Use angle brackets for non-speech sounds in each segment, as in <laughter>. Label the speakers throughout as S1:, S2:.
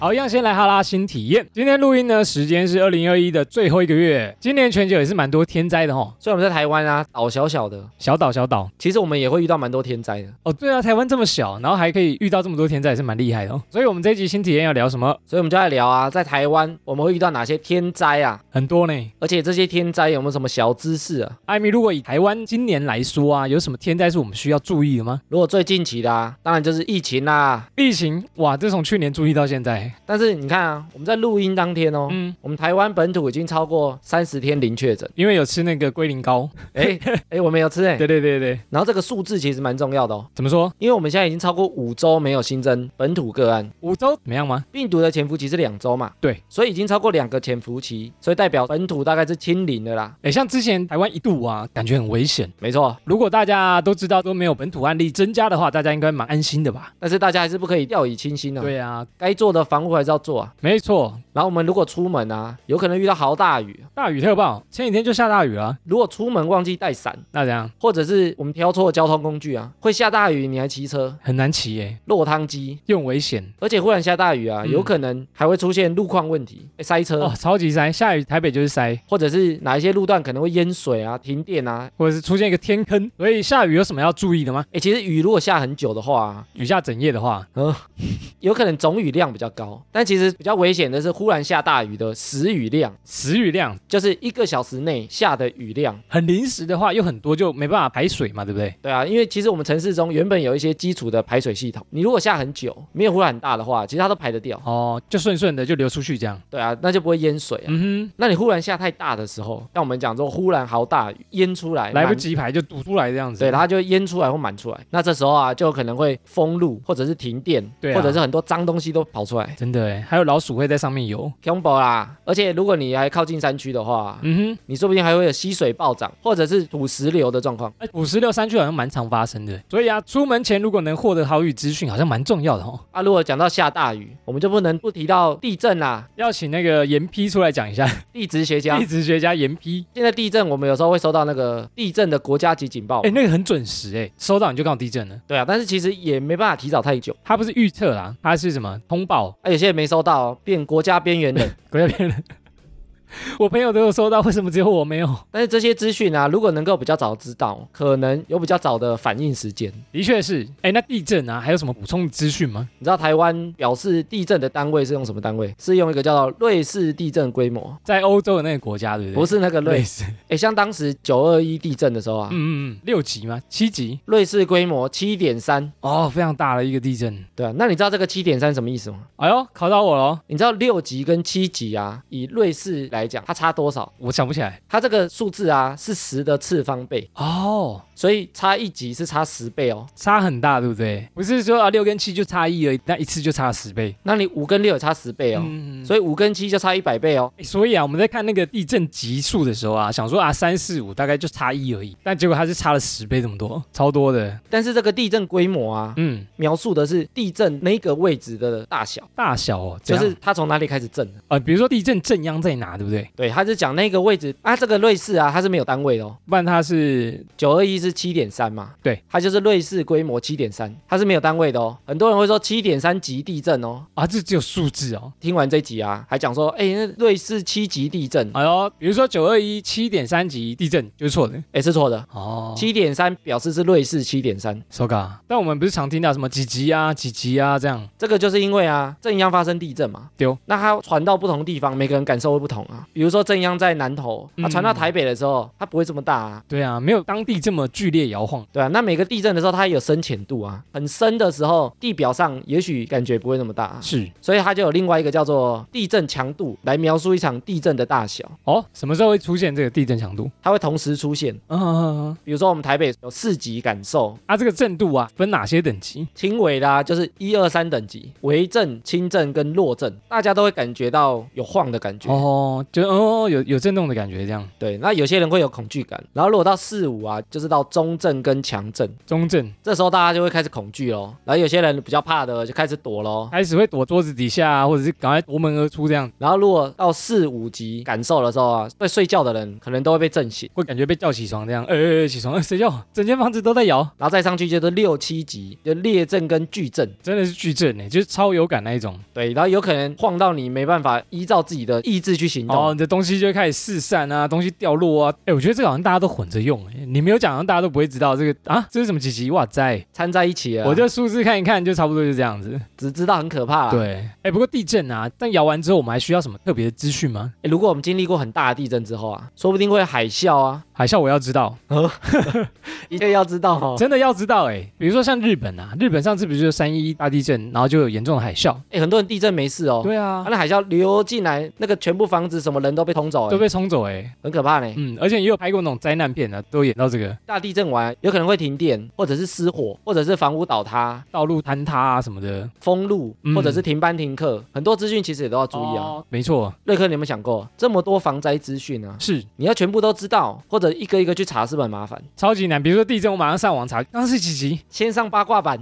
S1: 好，一样先来哈拉新体验。今天录音呢，时间是二零二一的最后一个月。今年全球也是蛮多天灾的哦，
S2: 虽然我们在台湾啊，岛小小的，
S1: 小岛小岛。
S2: 其实我们也会遇到蛮多天灾的。
S1: 哦，对啊，台湾这么小，然后还可以遇到这么多天灾，也是蛮厉害的哦。所以我们这一集新体验要聊什么？
S2: 所以我们就来聊啊，在台湾我们会遇到哪些天灾啊？
S1: 很多呢。
S2: 而且这些天灾有没有什么小知识啊？
S1: 艾米，如果以台湾今年来说啊，有什么天灾是我们需要注意的吗？
S2: 如果最近期的啊，当然就是疫情啦、啊
S1: 疫情，哇，这从去年注意到现在，
S2: 但是你看啊，我们在录音当天哦，
S1: 嗯，
S2: 我们台湾本土已经超过三十天零
S1: <laughs>
S2: 确诊。
S1: 因为有吃那个龟苓膏。
S2: 哎哎，我们有吃哎、
S1: 对对对对，
S2: 然后这个数字其实蛮重要的哦，
S1: 怎么说？
S2: 因为我们现在已经超过五周没有新增本土个案，
S1: 五周怎么样吗？
S2: 病毒的潜伏期是两周嘛，
S1: 对，
S2: 所以已经超过两个潜伏期，所以代表本土大概是清零的啦。
S1: 哎，像之前台湾一度啊，感觉很危险。
S2: 没错，
S1: 如果大家都知道都没有本土案例增加的话，大家应该蛮安心的吧？
S2: 但是大家还是不可以掉以轻心啊，，
S1: 对啊，
S2: 该做的防护还是要做啊。
S1: 没错，
S2: 然后我们如果出门啊，有可能遇到豪大雨，啊
S1: 大雨特报，前几天就下大雨了，
S2: 如果出门忘记带伞，
S1: 那怎样？
S2: 或者是我们挑错交通工具啊，会下大雨你还骑车，
S1: 很难骑耶，
S2: 落汤鸡。
S1: 又很危险
S2: 而且忽然下大雨啊，
S1: 嗯
S2: 有可能还会出现路况问题，诶塞车，
S1: 哦，超级塞，下雨台北就是塞，
S2: 或者是哪一些路段可能会淹水啊、停电啊。
S1: 或者是出现一个天坑，所以下雨有什么要注意的吗？
S2: 哎，其实雨如果下很久的话、啊，
S1: 雨下整夜的话，
S2: 有可能总雨量比较高，但其实比较危险的是忽然下大雨的时雨量，
S1: 时雨量
S2: 就是一个小时内下的雨量。
S1: 很临时的话，又很多就没办法排水嘛，对不对？
S2: 对啊，因为其实我们城市中原本有一些基础的排水系统，你如果下很久，没有忽然很大的话，其实它都排得掉。
S1: 哦，就顺顺的就流出去这样。
S2: 对啊，那就不会淹水啊。
S1: 嗯
S2: 那你忽然下太大的时候，像我们讲说忽然豪大雨淹出来，
S1: 哼，来不
S2: 满
S1: 及排就堵出来这样子。
S2: 对，然后就淹出来或满出来，那这时候啊，就有可能会封路，或者是停电，
S1: 对啊
S2: 或者是很多脏东西都跑出来
S1: 真的哎，还有老鼠会在上面游。
S2: ，combo 啦。而且如果你还靠近山区的话，
S1: 嗯哼，
S2: 你说不定还会有溪水暴涨，或者是土石流的状况。
S1: 哎，五十六山区好像蛮常发生的，所以啊，出门前如果能获得好雨资讯，好像蛮重要的哦。
S2: 啊，如果讲到下大雨，我们就不能不提到地震啦，
S1: 要请那个严批出来讲一下，
S2: 地质学家
S1: 地。质学家严批，
S2: 现在地震，我们有时候会收到那个地震的国家级警报
S1: 哎，，那个很准时哎，收到你就告地震了。
S2: 对啊，但是其实也没办法提早太久，
S1: 它不是预测啦，它是什么通报？
S2: 啊，有些人没收到，变国家边缘
S1: <laughs>
S2: 人。
S1: 国家边人，我朋友都有收到，为什么只有我没有？
S2: 但是这些资讯啊，如果能够比较早知道，可能有比较早的反应时间。
S1: 的确是，哎，那地震啊，还有什么补充资讯吗？
S2: 你知道台湾表示地震的单位是用什么单位？是用一个叫做瑞士地震规模，
S1: 在欧洲的那个国家，对不对？
S2: 不是那个
S1: 类
S2: 瑞
S1: 似，
S2: 士。诶，像当时九二一地震的时候啊，
S1: 嗯嗯嗯，六级吗？七级？
S2: 瑞士规模七点三，
S1: 哦，非常大的一个地震。
S2: 对啊。那你知道这个七点三什么意思吗？
S1: 哎呦，考到我喽！
S2: 你知道六级跟七级啊，以瑞士来讲，它差多少？
S1: 我想不起来。
S2: 它这个数字啊是十的次方倍，
S1: 哦，
S2: 所以差一级是差十倍哦。
S1: 差很大，对不对？不是说啊，六跟七就差一而已，那一次就差了十倍。
S2: 那你五跟六也差十倍哦，
S1: 嗯，所
S2: 所以五跟七就差一百倍哦。
S1: 以所以啊，我们在看那个地震级数的时候啊，想说啊，三四五大概就差一而已，但结果它是差了十倍这么多，超多的。
S2: 但是这个地震规模啊，
S1: 嗯，
S2: 描述的是地震那个位置的大小。
S1: 大小哦，
S2: 就
S1: 这
S2: 是
S1: 是
S2: 它从哪里开始震的？
S1: 呃，比如说地震震央在哪，对不对？
S2: 对，它是讲那个位置啊，这个瑞士啊，它是没有单位的哦。
S1: 不然它是
S2: 九二一是七点三嘛，
S1: 对，
S2: 它就是瑞士规模七点三，它是没有单位的哦。很多人会说七点三级地震哦，
S1: 啊，这只有数字哦。
S2: 听完这集啊，还讲说，哎，那瑞士七级地震，
S1: 哎呦，比如说九二一七点三级地震就是错的
S2: 哎，是错的，
S1: 哦。
S2: 七点三表示是瑞士七点三，
S1: 手嘎，但我们不是常听到什么几级啊、几级啊这样，
S2: 这个就是因为啊，正央发生地震嘛，
S1: 丢，
S2: 那它传到不同地方，每个人感受会不同啊。比如说正央在南投，它
S1: 嗯
S2: 传到台北的时候，它不会这么大啊。
S1: 对啊，没有当地这么剧烈摇晃。
S2: 对啊，那每个地震的时候，它也有深浅度啊，很深的时候，地表上也许感觉不会那么大、啊，
S1: 是
S2: 所以它就有另外一个叫做地震强度来描述一场地震的大小，
S1: 哦，什么时候会出现这个地震强度？
S2: 它会同时出现。
S1: 嗯嗯嗯嗯
S2: 比如说我们台北有四级感受，
S1: 啊，这个震度啊，分哪些等级？
S2: 轻微的、啊、就是一二三等级，微震、轻震跟弱震，大家都会感觉到有晃的感觉。
S1: 哦，就是哦有有震动的感觉，这样
S2: 对，那有些人会有恐惧感，然后如果到四五啊，就是到中症跟强症，
S1: 中震
S2: 这时候大家就会开始恐惧咯。然后有些人比较怕的就开始躲咯。
S1: 开始会躲桌子底下、啊，或者是赶快夺门而出，这样
S2: 然后如果到四五级感受的时候啊，会睡觉的人可能都会被震醒，
S1: 会感觉被叫起床，这样哎、哎哎起床，哎谁叫我？ <laughs> 整间房子都在摇，
S2: 然后再上去就是六七级，就裂震跟巨震，
S1: 真的是巨震呢、就是超有感那一种。
S2: 对，然后有可能晃到你没办法依照自己的意志去行动。
S1: 哦，你的东西就会开始四散啊，东西掉落啊。哎，我觉得这个好像大家都混着用、哎，你没有讲，好像大家都不会知道这个啊，这是什么几级？哇塞！
S2: 掺在一起了啊，
S1: 我就数字看一看，就差不多就这样子。
S2: 只知道很可怕啦。啊
S1: 对，哎、不过地震啊，但摇完之后，我们还需要什么特别的资讯吗？
S2: 诶如果我们经历过很大的地震之后啊，说不定会海啸啊，
S1: 海啸我要知道，
S2: 一定要知道哦。
S1: 真的要知道哎、比如说像日本啊，日本上次不是就三一大地震，然后就有严重的海啸。
S2: 哎，很多人地震没事哦，
S1: 对
S2: 啊
S1: 啊，
S2: 那海啸流进来，那个全部房子什么人都被冲走，
S1: 都
S2: 哎，
S1: 被冲走哎、
S2: 很可怕呢。
S1: 嗯，而且也有拍过那种灾难片啊，都演到这个
S2: 大地震完有可能会停电，或者是失火，或者是房屋倒塌、
S1: 道路坍塌啊什么的。
S2: 封路，
S1: 嗯
S2: 或者是停班停课，很多资讯其实也都要注意啊。
S1: 哦，没错，
S2: 瑞克，你有没有想过这么多防灾资讯啊？
S1: 是
S2: 你要全部都知道，或者一个一个去查，是不是很麻烦？
S1: 超级难。比如说地震，我马上上网查，刚刚是几级？
S2: 先上八卦版，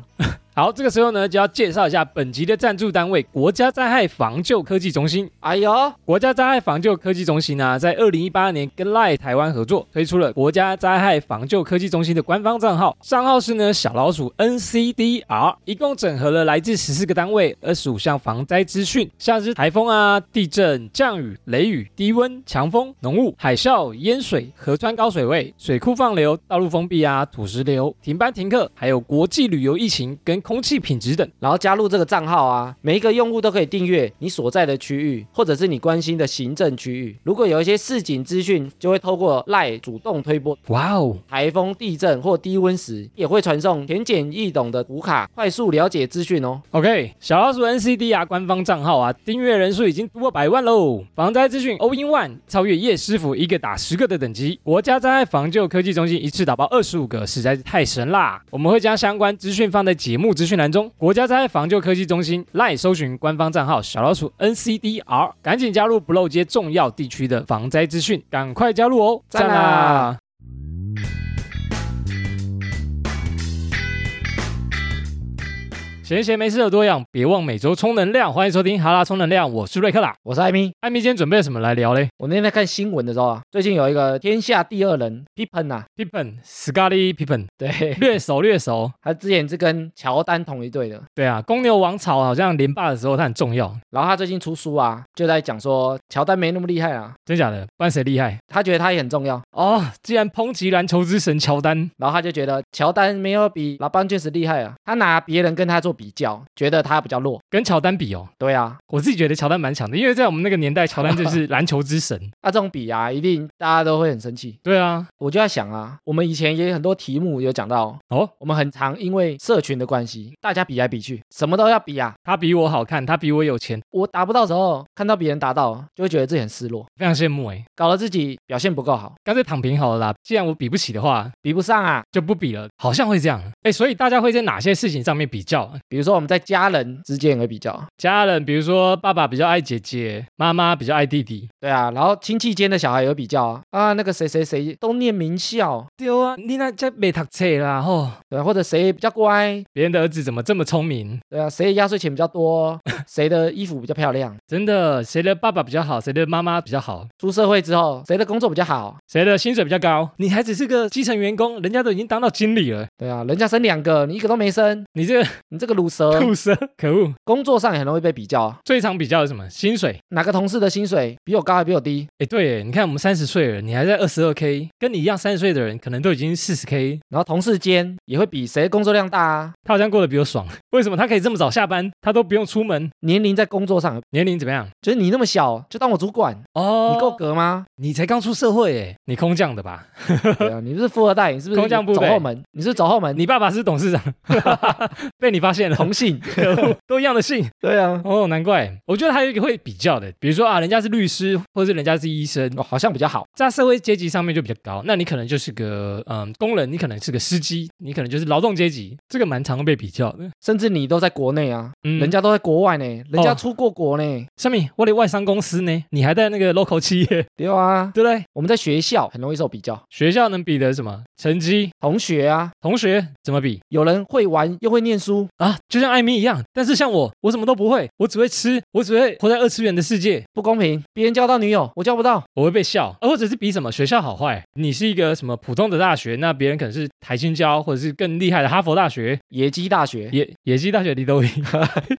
S1: 好，这个时候呢，就要介绍一下本集的赞助单位——国家灾害防救科技中心。
S2: 哎呦，
S1: 国家灾害防救科技中心呢、在二零一八年跟赖台湾合作，推出了国家灾害防救科技中心的官方账号，账号是呢小老鼠 NCDR，一共整合了来自十四个单位二十五项防灾资讯，像是台风啊、地震、降雨、雷雨、低温、强风、浓雾、海啸、淹水、河川高水位、水库放流、道路封闭啊、土石流、停班停课，还有国际旅游疫情跟空气品质等。
S2: 然后加入这个账号啊，每一个用户都可以订阅你所在的区域，或者是你关心的行政区域。如果有一些市井资讯，就会透过赖主动推播。
S1: 哇哦，
S2: 台风、地震或低温时，也会传送浅显易懂的图卡，快速了解资讯哦。
S1: OK，小老鼠 NCDR 官方账号啊，订阅人数已经突破百万喽！防灾资讯 All in One 超越叶师傅一个打十个的等级，国家灾害防救科技中心一次打包二十五个，实在是太神啦！我们会将相关资讯放在节目资讯栏中。国家灾害防救科技中心 LINE 搜寻官方账号小老鼠 NCDR，赶紧加入不漏接重要地区的防灾资讯，赶快加入哦！
S2: 赞啦！
S1: 闲闲没事的多样，别忘每周充能量。欢迎收听《哈拉充能量》，我是瑞克啦。
S2: 我是艾米，
S1: 艾米今天准备了什么来聊嘞
S2: 我那天在看新闻的时候啊，最近有一个天下第二人 Pippen 啊，
S1: ？Pippen Scully Pippen
S2: 对，
S1: 略熟略熟。
S2: 他之前是跟乔丹同一队的，
S1: 对啊，公牛王朝好像连霸的时候他很重要，
S2: 然后他最近出书啊，就在讲说乔丹没那么厉害啊，
S1: 真假的？不然谁厉害？
S2: 他觉得他也很重要，
S1: 哦，既然抨击篮球之神乔丹，
S2: 然后他就觉得乔丹没有比老邦爵士厉害啊，他拿别人跟他做比较，觉得他比较弱。
S1: 跟乔丹比哦，
S2: 对啊，
S1: 我自己觉得乔丹蛮强的，因为在我们那个年代，乔丹就是 <laughs> 篮球之神。
S2: 那、这种比啊，一定大家都会很生气。
S1: 对啊，
S2: 我就在想啊，我们以前也有很多题目有讲到，
S1: 哦，
S2: 我们很常因为社群的关系，大家比来比去，什么都要比啊。
S1: 他比我好看，他比我有钱，
S2: 我达不到的时候，看到别人达到，就会觉得自己很失落，
S1: 非常羡慕哎。
S2: 搞得自己表现不够好，
S1: 干脆躺平好了啦，既然我比不起的话，
S2: 比不上啊。
S1: 就不比了，好像会这样。哎，所以大家会在哪些事情上面比较啊？
S2: 比如说我们在家人之间也会比较，
S1: 家人，比如说爸爸比较爱姐姐，妈妈比较爱弟弟。
S2: 对啊，然后亲戚间的小孩也会比较啊，啊那个谁谁谁都念名校，
S1: 对啊，你那在没读册啦吼，
S2: 对啊、或者谁比较乖，
S1: 别人的儿子怎么这么聪明？
S2: 对啊，谁的压岁钱比较多， <laughs> 谁的衣服比较漂亮。
S1: 真的，谁的爸爸比较好，谁的妈妈比较好，
S2: 出社会之后，谁的工作比较好？
S1: 谁的薪水比较高？你还只是个基层员工，人家都已经当到经理了，
S2: 对啊，人家生两个，你一个都没生，
S1: 你这个
S2: 你这个乳蛇。
S1: <laughs> 畜生，可恶！
S2: 工作上也很容易被比较啊，
S1: 最常比较的是什么？薪水。
S2: 哪个同事的薪水比我高还比我低？
S1: 哎，对耶，你看我们三十岁了，你还在二十二 k，跟你一样三十岁的人可能都已经四十 k，
S2: 然后同事间也会比谁的工作量大啊。
S1: 他好像过得比我爽。为什么他可以这么早下班，他都不用出门？
S2: 年龄在工作上，
S1: 年龄怎么样？
S2: 就是你那么小就当我主管，
S1: 哦
S2: 你够
S1: <laughs>
S2: 格吗？
S1: 你才刚出社会耶，你空降的吧？
S2: 对啊，你不是富二代，你是不是
S1: 空降部
S2: 走
S1: 队
S2: 后门？你是不是走后门？
S1: <laughs> 你爸爸是董事长，被你发现现了，
S2: 同
S1: <laughs>
S2: 姓，
S1: 可恶，都一样的姓
S2: 对啊，
S1: 哦，难怪。我觉得还有一个会比较的，比如说啊，人家是律师，或者是人家是医生，
S2: 哦，好像比较好，
S1: 在社会阶级上面就比较高，那你可能就是个嗯工人，你可能是个司机，你可能就是劳动阶级，这个蛮常被比较的。
S2: 甚至你都在国内啊，
S1: 嗯
S2: 人家都在国外呢，人家
S1: 哦
S2: 出过国呢，
S1: 上面我的外商公司呢，你还在那个 local 企业，对
S2: 对啊，
S1: 不对？
S2: 我们在学校很容易受比较，
S1: 学校能比的什么成绩？
S2: 同学啊，
S1: 同学怎么比
S2: 有人会玩又会念书，
S1: 啊？就像艾米一样，但是像我，我什么都不会，我只会吃，我只会活在二次元的世界，
S2: 不公平，别人交到女友，我交不到，
S1: 我会被笑，呃或者是比什么学校好坏。你是一个什么普通的大学，那别人可能是台新交或者是更厉害的哈佛大学、
S2: 野鸡大学， <laughs>
S1: 野野鸡大学、李都赢。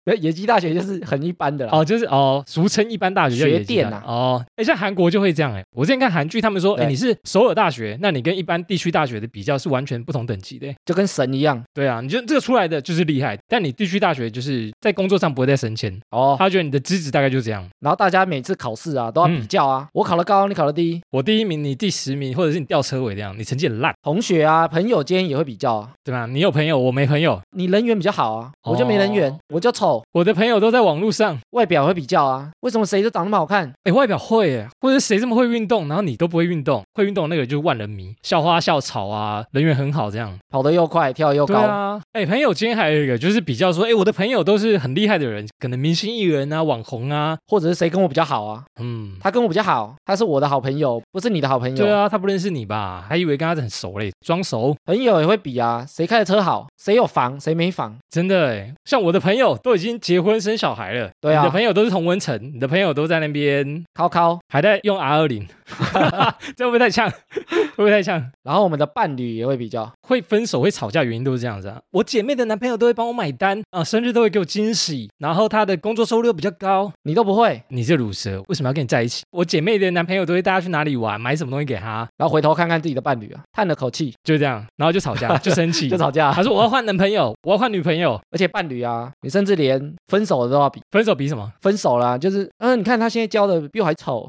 S2: 呃野鸡大学就是很一般的啦。
S1: 哦，就是哦，俗称一般大学叫
S2: 学
S1: 野鸡
S2: 店
S1: 大学
S2: 啊
S1: 哦，哎，像韩国就会这样哎。我之前看韩剧，他们说，哎，
S2: 对
S1: 你是首尔大学，那你跟一般地区大学的比较是完全不同等级的。
S2: 就跟神一样
S1: 对啊，你就这个出来的就是厉害，但你地区大学就是在工作上不会再升迁，
S2: 哦。
S1: 他觉得你的资质大概就这样，
S2: 然后大家每次考试啊都要比
S1: 嗯
S2: 较啊，我考得高，你考得低，
S1: 我第一名，你第十名，或者是你吊车尾这样，你成绩很烂，
S2: 同学啊朋友间也会比较啊。
S1: 对吧？你有朋友，我没朋友，
S2: 你人缘比较好啊，我就没人缘，
S1: 哦
S2: 我就丑，
S1: 我的朋友都在网络上，
S2: 外表会比较啊。为什么谁都长那么好看？
S1: 哎，外表会哎，或者谁这么会运动，然后你都不会运动，会运动的那个就是万人迷，校花校草啊，人缘很好这样。
S2: 跑得又快，跳得又
S1: 对
S2: 高，
S1: 啊，哎、朋友间还有一个就是比较说，哎、我的朋友都是很厉害的人，可能明星艺人啊、网红啊，
S2: 或者是谁跟我比较好啊？
S1: 嗯，
S2: 他跟我比较好，他是我的好朋友，不是你的好朋友。
S1: 对，啊，他不认识你吧？还以为跟他很熟嘞，装熟。
S2: 朋友也会比啊，谁开的车好，谁有房，谁没房。
S1: 真的哎，像我的朋友都已经结婚生小孩了，
S2: 对啊
S1: 你的朋友都是同温层，你的朋友都在那边
S2: 靠靠，
S1: 还在用 R 二零， <laughs> 这会不会太呛？ <laughs> 会不会太呛？
S2: 然后我们的伴侣也会比较，
S1: 会分手、会吵架，原因都是这样子啊。我姐妹的男朋友都会帮我买单啊，生日都会给我惊喜，然后她的工作收入又比较高，
S2: 你都不会，
S1: 你这乳蛇，为什么要跟你在一起？我姐妹的男朋友都会带她去哪里玩，买什么东西给她，
S2: 然后回头看看自己的伴侣啊，叹了口气
S1: 就这样，然后就吵
S2: <laughs>
S1: 架，就生气，
S2: 就吵架。
S1: 她说我要换男朋友，我要换女朋友，
S2: 而且伴侣啊，你甚至连分手的都要比，
S1: 分手比什么？
S2: 分手啦、就是，嗯、你看他现在交的比我还丑，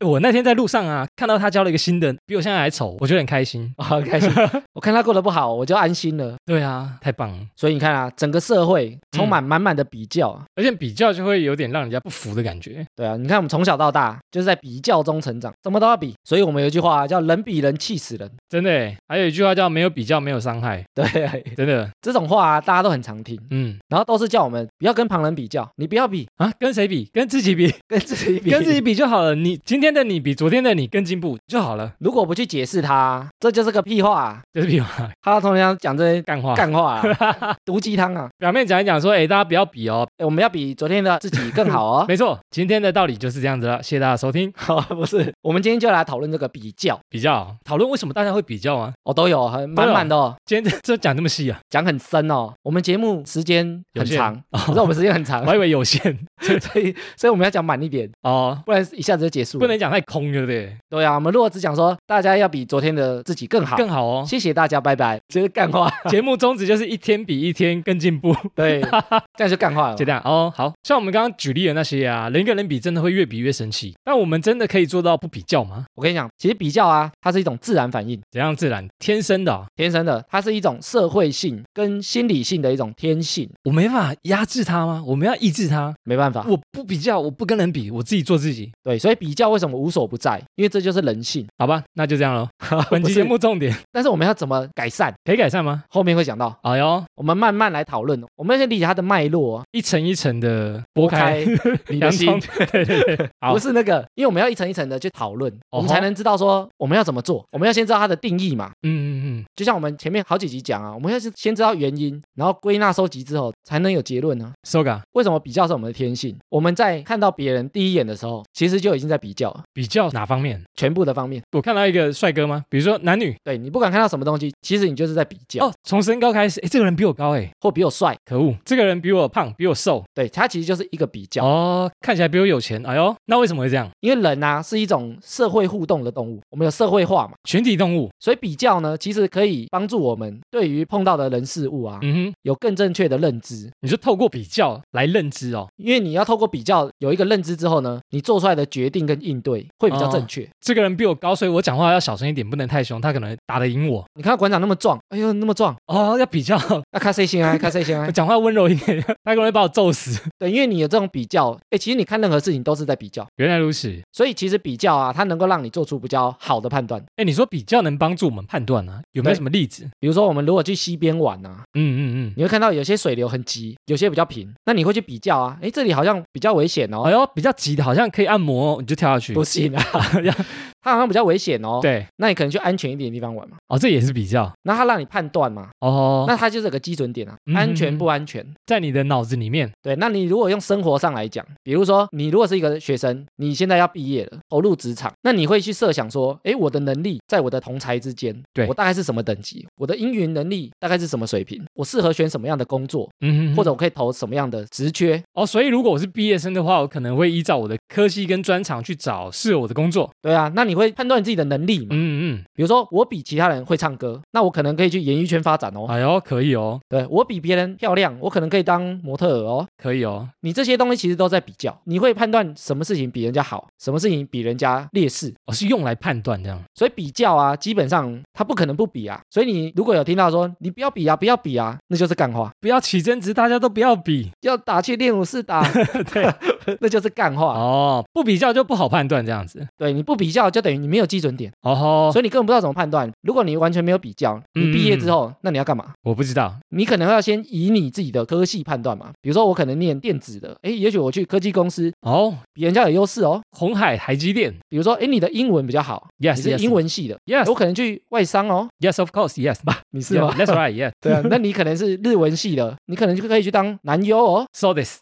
S2: <laughs>
S1: 我那天在路上啊，看到她交了一个新的，比我现在还丑，我觉得很开心。
S2: 我好哦开 <laughs> 心。我看他过得不好，我就安心了。
S1: 对啊，太棒了，
S2: 所以你看啊，整个社会充满满满的比较啊。
S1: 而且比较就会有点让人家不服的感觉。
S2: 对啊，你看我们从小到大就是在比较中成长，什么都要比。所以我们有一句话、啊、叫“人比人气死人
S1: 真的欸，还有一句话叫“没有比较，没有伤害”。
S2: 对”，， <laughs>
S1: 真的，
S2: 这种话、啊、大家都很常听，
S1: 嗯
S2: 然后都是叫我们不要跟旁人比较，你不要比，
S1: 啊，跟谁比？跟自己比，
S2: 跟自己比。
S1: 跟自己比就好了。你今天的你比昨天的你更进步就好了，
S2: 如果不去解释它，这就是个屁话、啊。
S1: 就是比嘛，
S2: 哈喽，同学讲这些
S1: 干话。
S2: 干话、啊，毒鸡汤啊！
S1: 表面讲一讲说，哎，大家不要比哦，
S2: 诶我们要比昨天的自己更好哦。
S1: <laughs> 没错，今天的道理就是这样子了。谢谢大家收听。
S2: 好， <laughs> 不是，我们今天就来讨论这个比较
S1: 比较讨论为什么大家会比较啊？
S2: 哦，都有很满满的哦，
S1: 今天这这讲这么细啊，
S2: 讲很深哦。我们节目时间
S1: 有
S2: 很
S1: 限哦
S2: 长，你知道我们时间很长
S1: 我，还以为有限
S2: 所以所以我们要讲满一点，
S1: 哦，
S2: 不然一下子就结束了。
S1: 不能讲太空，对不对？
S2: 对啊，我们如果只讲说大家要比昨天的自己更好，
S1: 更好哦。
S2: 谢谢大家，拜拜，这是干话，
S1: 节目宗旨就是一天比一天更进
S2: <laughs>
S1: 步，
S2: 对，
S1: <laughs>
S2: 这样就干话了
S1: 就。这样哦。好像我们刚刚举例的那些啊，人跟人比真的会越比越生气，但我们真的可以做到不比较吗？
S2: 我跟你讲，其实比较啊，它是一种自然反应，
S1: 怎样自然天生的啊、
S2: 天生的，它是一种社会性跟心理性的一种天性，
S1: 我没办法压制他吗？我们要抑制他。
S2: 没办法。
S1: 我不比较，我不跟人比，我自己做自己，
S2: 对，所以比较为什么无所不在？因为这就是人性。
S1: 好吧？那就这样咯。 <laughs> 本
S2: 不
S1: 期
S2: 是
S1: 节目重点
S2: 但是我们要怎么改善？
S1: 可以改善吗？
S2: 后面会讲到，
S1: 哎呦，
S2: 我们慢慢来讨论。哦我们要先理解它的脉络哦，
S1: 一层一层的剥开
S2: 你
S1: <laughs>
S2: 的
S1: 洋
S2: 心 <laughs>
S1: 葱，，对对对，好
S2: 不，是那个，因为我们要一层一层的去讨论，我们
S1: 哦吼
S2: 才能知道说我们要怎么做。我们要先知道它的定义嘛，
S1: 嗯嗯嗯，
S2: 就像我们前面好几集讲啊，我们要是先知道原因，然后归纳收集之后，才能有结论啊呢、
S1: s o g a
S2: 为什么比较是我们的天性？我们在看到别人第一眼的时候，其实就已经在比较了
S1: 比较哪方面？
S2: 全部的方面。
S1: 我看到一个帅哥吗？比如说男女
S2: 对你不管看到什么东西，其实你就是在比较，
S1: 哦，从身高开始，哎，这个人比我高哎，
S2: 或比我帅，
S1: 可恶，这个人比我胖，比我瘦，
S2: 对，它其实就是一个比较。
S1: 哦，看起来比我有钱，哎呦，那为什么会这样？
S2: 因为人啊是一种社会互动的动物，我们有社会化嘛，
S1: 群体动物，
S2: 所以比较呢，其实可以帮助我们对于碰到的人事物啊，
S1: 嗯哼，
S2: 有更正确的认知。
S1: 你是透过比较来认知哦，
S2: 因为你要透过比较有一个认知之后呢，你做出来的决定跟应对会比较
S1: 哦
S2: 正确。
S1: 这个人比我高，所以我讲话要小声一点，不能太凶，他可能打得赢我
S2: 你看到馆长那么壮，哎呦那么壮，
S1: 哦。要比较，
S2: 那卡谁先啊？卡谁先啊
S1: 我？ <laughs> 讲话温柔一点，他可能会把我揍死。 <laughs>
S2: 对，因为你有这种比较，哎，其实你看任何事情都是在比较，
S1: 原来如此，
S2: 所以其实比较啊，它能够让你做出比较好的判断。
S1: 哎，你说比较能帮助我们判断啊，有没有
S2: 对
S1: 什么例子？
S2: 比如说我们如果去溪边玩啊，
S1: 嗯嗯
S2: 你会看到有些水流很急，有些比较平，那你会去比较啊，哎，这里好像比较危险
S1: 嗯，哎
S2: 哦，
S1: 呦，比较急的，好像可以按摩哦，你就跳下去。
S2: 不行啊， <laughs>
S1: <laughs>
S2: 它好像比较危险哦，，
S1: 对，
S2: 那你可能去安全一点的地方玩嘛，
S1: 哦，这也是比较
S2: 那它让你判断嘛，
S1: 哦。
S2: 那它就是有个基准点啊
S1: 嗯，
S2: 安全不安全。
S1: 在你的脑子里面，
S2: 对，那你如果用生活上来讲，比如说你如果是一个学生，你现在要毕业了，投入职场，那你会去设想说，诶，我的能力在我的同才之间，
S1: 对
S2: 我大概是什么等级，我的英语能力大概是什么水平，我适合选什么样的工作，
S1: 嗯，
S2: 或者我可以投什么样的职缺。
S1: 哦，所以如果我是毕业生的话，我可能会依照我的科系跟专长去找适合我的工作。
S2: 对啊，那你会判断你自己的能力嘛？
S1: 嗯
S2: 比如说我比其他人会唱歌，那我可能可以去演艺圈发展
S1: 嗯，
S2: 哦。
S1: 哎呦，可以哦，
S2: 对我比别人漂亮，我可能可以当模特儿哦。
S1: 可以哦，
S2: 你这些东西其实都在比较，你会判断什么事情比人家好，什么事情比人家劣势。
S1: 哦，是用来判断这样。
S2: 所以比较啊，基本上他不可能不比啊。所以你如果有听到说你不要比啊，不要比啊，那就是干话。
S1: 不要起争执，大家都不要比
S2: 要打去练武室打，
S1: <laughs> 对，
S2: <laughs> 那就是干话。
S1: 哦，不比较就不好判断这样子。
S2: 对，你不比较就等于你没有基准点，
S1: 哦嗯吼，
S2: 所以你根本不知道怎么判断。如果你完全没有比较，你毕业之后，那你要干嘛？
S1: 我不知道，
S2: 你可能要先以你自己的科系判断嘛。比如说我可能念电子的，诶，也许我去科技公司
S1: 哦，
S2: 比人家有优势哦。
S1: 红海、台积电
S2: 比如说，诶，你的英文比较好，你
S1: ，yes，
S2: 是
S1: yes，
S2: 英文系的，我
S1: ，yes，yes
S2: 可能去外商哦。
S1: of course，yes，吧，<laughs>
S2: 你 <laughs> 是吗
S1: Yeah,？？That's right，yes。
S2: 对啊，那你可能是日文系的，你可能就可以去当男优哦。
S1: So this，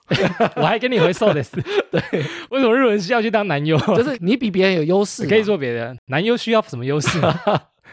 S1: 我 <laughs>
S2: <laughs>
S1: 还跟你回 so this。对，为什 <laughs> 么日文需要去当男优？
S2: <laughs> 就是你比别人有优势嘛，
S1: 可以做别的，男优需要什么优势吗？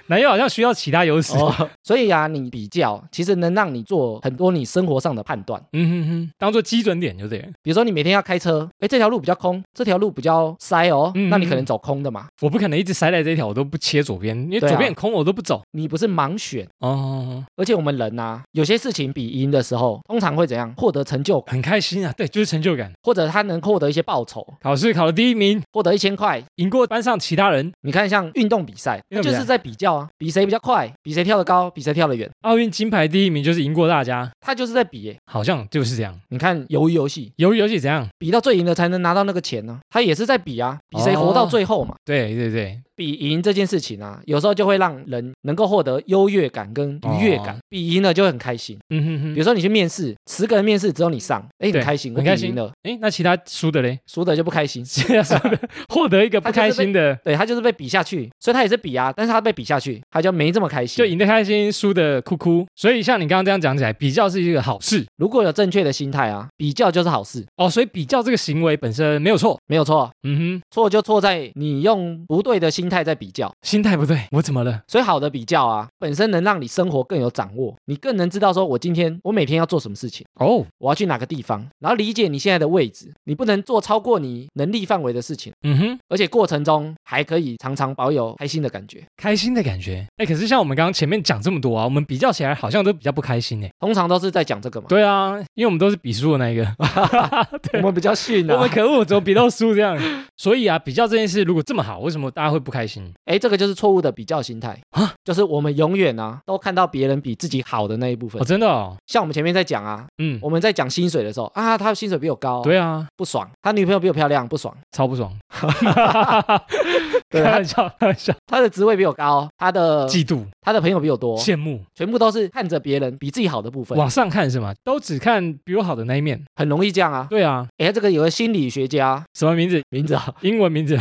S1: 男优好像需要其他优势。
S2: <laughs> 哦。所以啊，你比较其实能让你做很多你生活上的判断，
S1: 嗯哼哼，当做基准点就对了。
S2: 比如说你每天要开车，哎，这条路比较空，这条路比较塞哦，
S1: 嗯
S2: 那你可能走空的嘛。
S1: 我不可能一直塞在这一条，我都不切左边，因为
S2: 对啊
S1: 左边很空，我都不走。
S2: 你不是盲选，
S1: 哦，
S2: 而且我们人啊，有些事情比赢的时候，通常会怎样？获得成就感，
S1: 很开心啊，对，就是成就感。
S2: 或者他能获得一些报酬，
S1: 考试考了第一名，
S2: 获得一千块。
S1: 赢过班上其他人。
S2: 你看，像运动比赛，
S1: 运动比
S2: 就
S1: 赛
S2: 是在比较啊，比谁比较快，比谁跳得高，比谁跳得远，
S1: 奥运金牌第一名就是赢过大家，
S2: 他就是在比耶。
S1: 好像就是这样。
S2: 你看鱿鱼游戏，
S1: 鱿鱼游戏怎样？
S2: 比到最赢的才能拿到那个钱呢、他也是在比啊，比谁活到
S1: 哦
S2: 最后嘛。
S1: 对对对，
S2: 比赢这件事情啊，有时候就会让人能够获得优越感跟愉悦感。
S1: 哦
S2: 比赢了就会很开心。
S1: 嗯哼哼。
S2: 比如说你去面试，十个人面试只有你上，哎，
S1: 对
S2: 很开心，我
S1: 很
S2: 比
S1: 开心
S2: 赢了，
S1: 哎，那其他输的嘞？ <laughs>
S2: 输的就不开心。 <laughs>
S1: 其他输的获得一个不开心的，
S2: 对他就是被比下去，所以他也是比啊，但是他被比下去，他就没这么开心。
S1: 就赢得开心，输的哭哭。所以像你刚刚这样讲起来，比较是一个好事
S2: 如果有正确的心态啊，比较就是好事，
S1: 哦。所以比较这个行为本身没有错。
S2: 没有错。
S1: 嗯哼，
S2: 错就错在你用不对的心态在比较，
S1: 心态不对，我怎么了？
S2: 所以好的比较啊，本身能让你生活更有掌握，你更能知道说我今天我每天要做什么事情。
S1: 哦，
S2: 我要去哪个地方，然后理解你现在的位置，你不能做超过你能力范围的事情，
S1: 嗯哼。
S2: 而且过程中还可以常常保有开心的感觉。
S1: 开心的感觉。哎，可是像我们刚刚前面讲这么多啊，我们比较起来好像都比较不开心哎。
S2: 通常都是在讲这个嘛，
S1: 对啊，因为我们都是比输的
S2: <laughs>
S1: 那一个，
S2: 我们比较逊
S1: 我
S2: 啊
S1: 们。可恶，怎么比到输这样？ <laughs> 所以啊，比较这件事如果这么好，为什么大家会不开心？
S2: 哎，这个就是错误的比较心态就是我们永远啊都看到别人比自己好的那一部分
S1: 哦，。真的哦，
S2: 像我们前面在讲啊，
S1: 嗯，
S2: 我们在讲薪水的时候啊，他的薪水比我高，
S1: 对啊，
S2: 不爽；他女朋友比我漂亮，不爽；
S1: 超不爽，
S2: <laughs> 对
S1: <laughs> 开
S2: 啊
S1: 玩笑，开玩笑，
S2: 他的职位比我高，他的
S1: 嫉妒、
S2: 他的朋友比我多，
S1: 羡慕，
S2: 全部都是看着别人比自己好的部分，
S1: 往上看是吗？都只看比我好的那一面。
S2: 很容易这样啊。
S1: 对啊，
S2: 哎，这个有个心理学家
S1: 什么名字？
S2: 名字啊，
S1: 英文名字，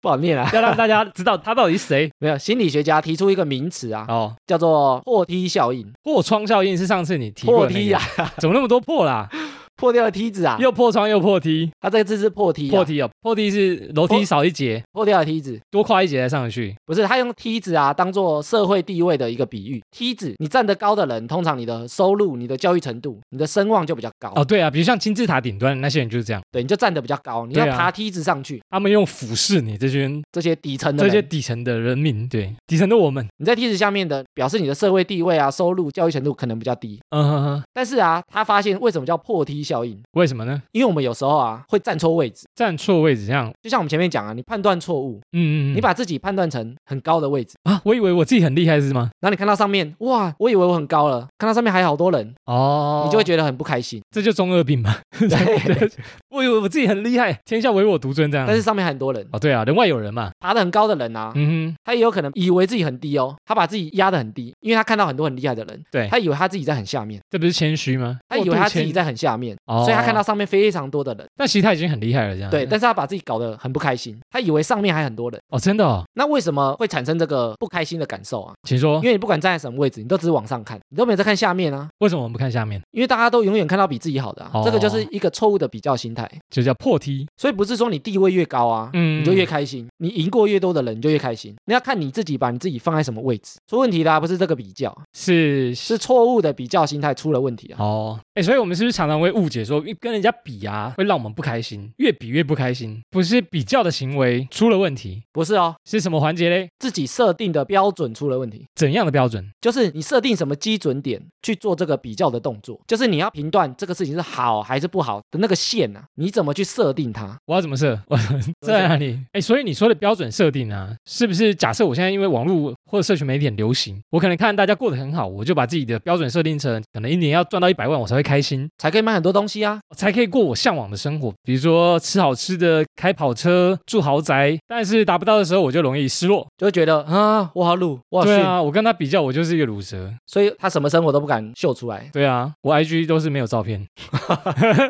S2: 不好念
S1: <laughs>
S2: 啊。<laughs>
S1: 要让大家知道他到底是谁
S2: 没有，心理学家提出一个名词啊，
S1: <laughs> 哦。
S2: 叫做破梯效应。
S1: 破窗效应是上次你提过
S2: 破
S1: 的那
S2: 梯
S1: 个
S2: 啊，
S1: <laughs> 怎么那么多破啦？
S2: <laughs> 破掉的梯子啊，
S1: 又破窗又破梯，
S2: 它这次是破梯、
S1: 破，梯哦，破梯是楼梯
S2: 破
S1: 少一节，
S2: 破掉的梯子，
S1: 多跨一节才上得去。
S2: 不是他用梯子啊当做社会地位的一个比喻。梯子，你站得高的人，通常你的收入、你的教育程度、你的声望就比较高，
S1: 哦，对啊，比如像金字塔顶端的那些人就是这样，
S2: 对，你就站得比较高，你要
S1: 对啊
S2: 爬梯子上去。
S1: 他们用俯视你这群
S2: 这些底层的
S1: 这
S2: 人，
S1: 些底层的人民，对底层的我们，
S2: 你在梯子下面的，表示你的社会地位啊、收入、教育程度可能比较低。
S1: 嗯哼哼，
S2: 但是啊，他发现为什么叫破梯效应？
S1: 为什么呢？
S2: 因为我们有时候啊会站错位置，
S1: 站错位置这样，
S2: 就像我们前面讲啊，你判断错误，
S1: 嗯嗯，嗯
S2: 你把自己判断成很高的位置，
S1: 啊，我以为我自己很厉害是吗？
S2: 然后你看到上面，哇，我以为我很高了，看到上面还好多人，
S1: 哦
S2: 你就会觉得很不开心。
S1: 这就中二病吧？
S2: 对，
S1: <laughs> 我以为我自己很厉害，天下唯我独尊这样。
S2: 但是上面很多人，
S1: 哦，对啊，人外有人嘛，
S2: 爬得很高的人啊，
S1: 嗯哼，
S2: 他也有可能以为自己很低哦，他把自己压得很低，因为他看到很多很厉害的人，
S1: 对
S2: 他以为他自己在很下面，
S1: 这不是谦虚吗？
S2: 他以为
S1: 过
S2: 他
S1: 度
S2: 自
S1: 谦
S2: 己，在很下面，
S1: 哦嗯
S2: 所以他看到，上面非常多的人，
S1: 但其实他已经很厉害了这样。
S2: 对，但是他把自己搞得很不开心，他以为上面还很多人。
S1: 哦，真的哦，
S2: 那为什么会产生这个不开心的感受啊？
S1: 请说
S2: 因，为你不管站在什么位置，你都只是往上看，你都没有在看下面啊，
S1: 为什么我们不看下面？
S2: 因为大家都永远看到比自己好的啊，
S1: 哦
S2: 这个就是一个错误的比较心态。
S1: 就叫破梯。
S2: 所以不是说你地位越高啊，
S1: 嗯
S2: 你就越开心，你赢过越多的人，你就越开心。你要看你自己把你自己放在什么位置，出问题的、啊、不是这个比较，
S1: 是
S2: 是错误的比较心态出了问题啊。
S1: 哦，哎，所以我们是不是常常会误解说跟人家比啊，会让我们不开心，越比越不开心？不是比较的行为出了问题，
S2: 不是哦，
S1: 是什么环节嘞？
S2: 自己设定的标准出了问题，
S1: 怎样的标准？
S2: 就是你设定什么基准点去做这个比较的动作，就是你要评断这个事情是好还是不好的那个线啊，你怎么去设定它？
S1: 我要怎么设？ <laughs> 我在哪里？哎，所以你说的标准设定啊，是不是假设我现在因为网络或者社群媒体很流行，我可能看大家过得很好，我就把自己的标准设定成可能一年要赚到一百万，我才会开心，
S2: 才可以买很多东西啊。
S1: 才可以过我向往的生活，比如说吃好吃的、开跑车、住豪宅。但是达不到的时候，我就容易失落。
S2: 就会觉得啊，我好鲁，我好逊，
S1: 对啊，我跟他比较，我就是一个乳蛇。
S2: 所以他什么生活都不敢秀出来，
S1: 对啊，我 IG 都是没有照片，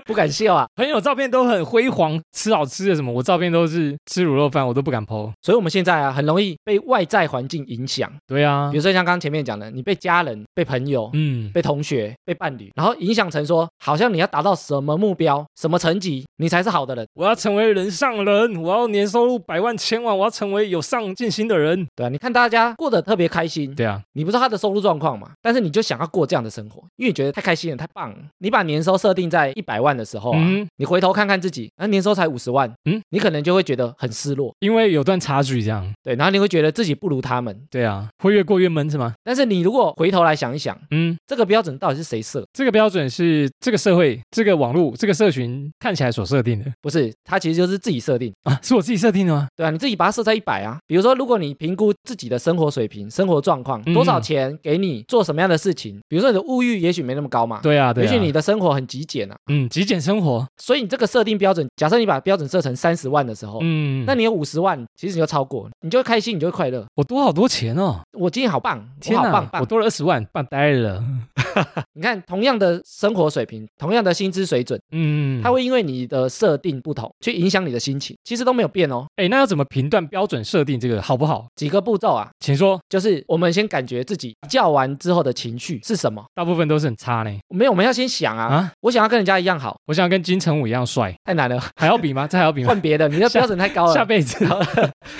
S2: 不敢秀啊。
S1: 朋友照片都很辉煌，吃好吃的什么，我照片都是吃卤肉饭，我都不敢 PO。
S2: 所以我们现在啊，很容易被外在环境影响，
S1: 对啊
S2: 比，如说像刚刚前面讲的，你被家人、被朋友、
S1: 嗯，
S2: 被同学、被伴侣，然后影响成说，好像你要达到什么目标、什么成绩，你才是好的人，
S1: 我要成为人上人，我要年收入百万千万，我要成为有上进心的人。
S2: 对啊，你看大家过得特别开心，
S1: 对啊，
S2: 你不知道他的收入状况嘛，但是你就想要过这样的生活，因为你觉得太开心了，太棒了。你把年收设定在一百万的时候啊，
S1: 嗯
S2: 你回头看看自己，那、年收才五十万，
S1: 嗯
S2: 嗯，你可能就会觉得很失落，
S1: 因为有段差距这样。
S2: 对，然后你会觉得自己不如他们。
S1: 对啊，会越过越闷是吗？
S2: 但是你如果回头来想一想，
S1: 嗯，
S2: 这个标准到底是谁设？
S1: 这个标准是这个社会、这个网络、这个社群看起来所设定的
S2: 不是，他其实就是自己设定，
S1: 啊，是我自己设定的吗？
S2: 对啊，你自己把它设在一百啊。比如说，如果你评估自己的生活水平、生活状况，
S1: 嗯
S2: 多少钱给你做什么样的事情，比如说你的物欲也许没那么高嘛，、
S1: 对啊，对
S2: 也
S1: 啊。
S2: 许你的生活很极简啊，
S1: 嗯，极简生活，
S2: 所以你这个设定标准，假设你把标准设成三十万的时候，
S1: 嗯，
S2: 那你有五十万，其实你就超过，你就会开心，你就会快乐。
S1: 我多好多钱哦！
S2: 我今天好棒，我
S1: 天
S2: 好
S1: 哪，
S2: 棒棒
S1: 我。多了二十万，棒呆了。
S2: 你看，同样的生活水平，同样的薪资水准，
S1: 嗯，
S2: 它会因为你的设定不同，去影响你的心情。其实都没有变哦。
S1: 哎，那要怎么评断标准设定这个好不好？
S2: 几个步骤啊，
S1: 请说，
S2: 就是我们先感觉自己叫完之后的情绪是什么。
S1: 大部分都是很差呢。
S2: 没有，我们要先想啊，
S1: 啊，
S2: 我想要跟人家一样好，
S1: 我想要跟金城武一样帅，
S2: 太难
S1: <laughs>
S2: 了，
S1: 还要比吗？这还要比吗？
S2: 换别的，你的标准太高
S1: 下
S2: 了。
S1: 辈子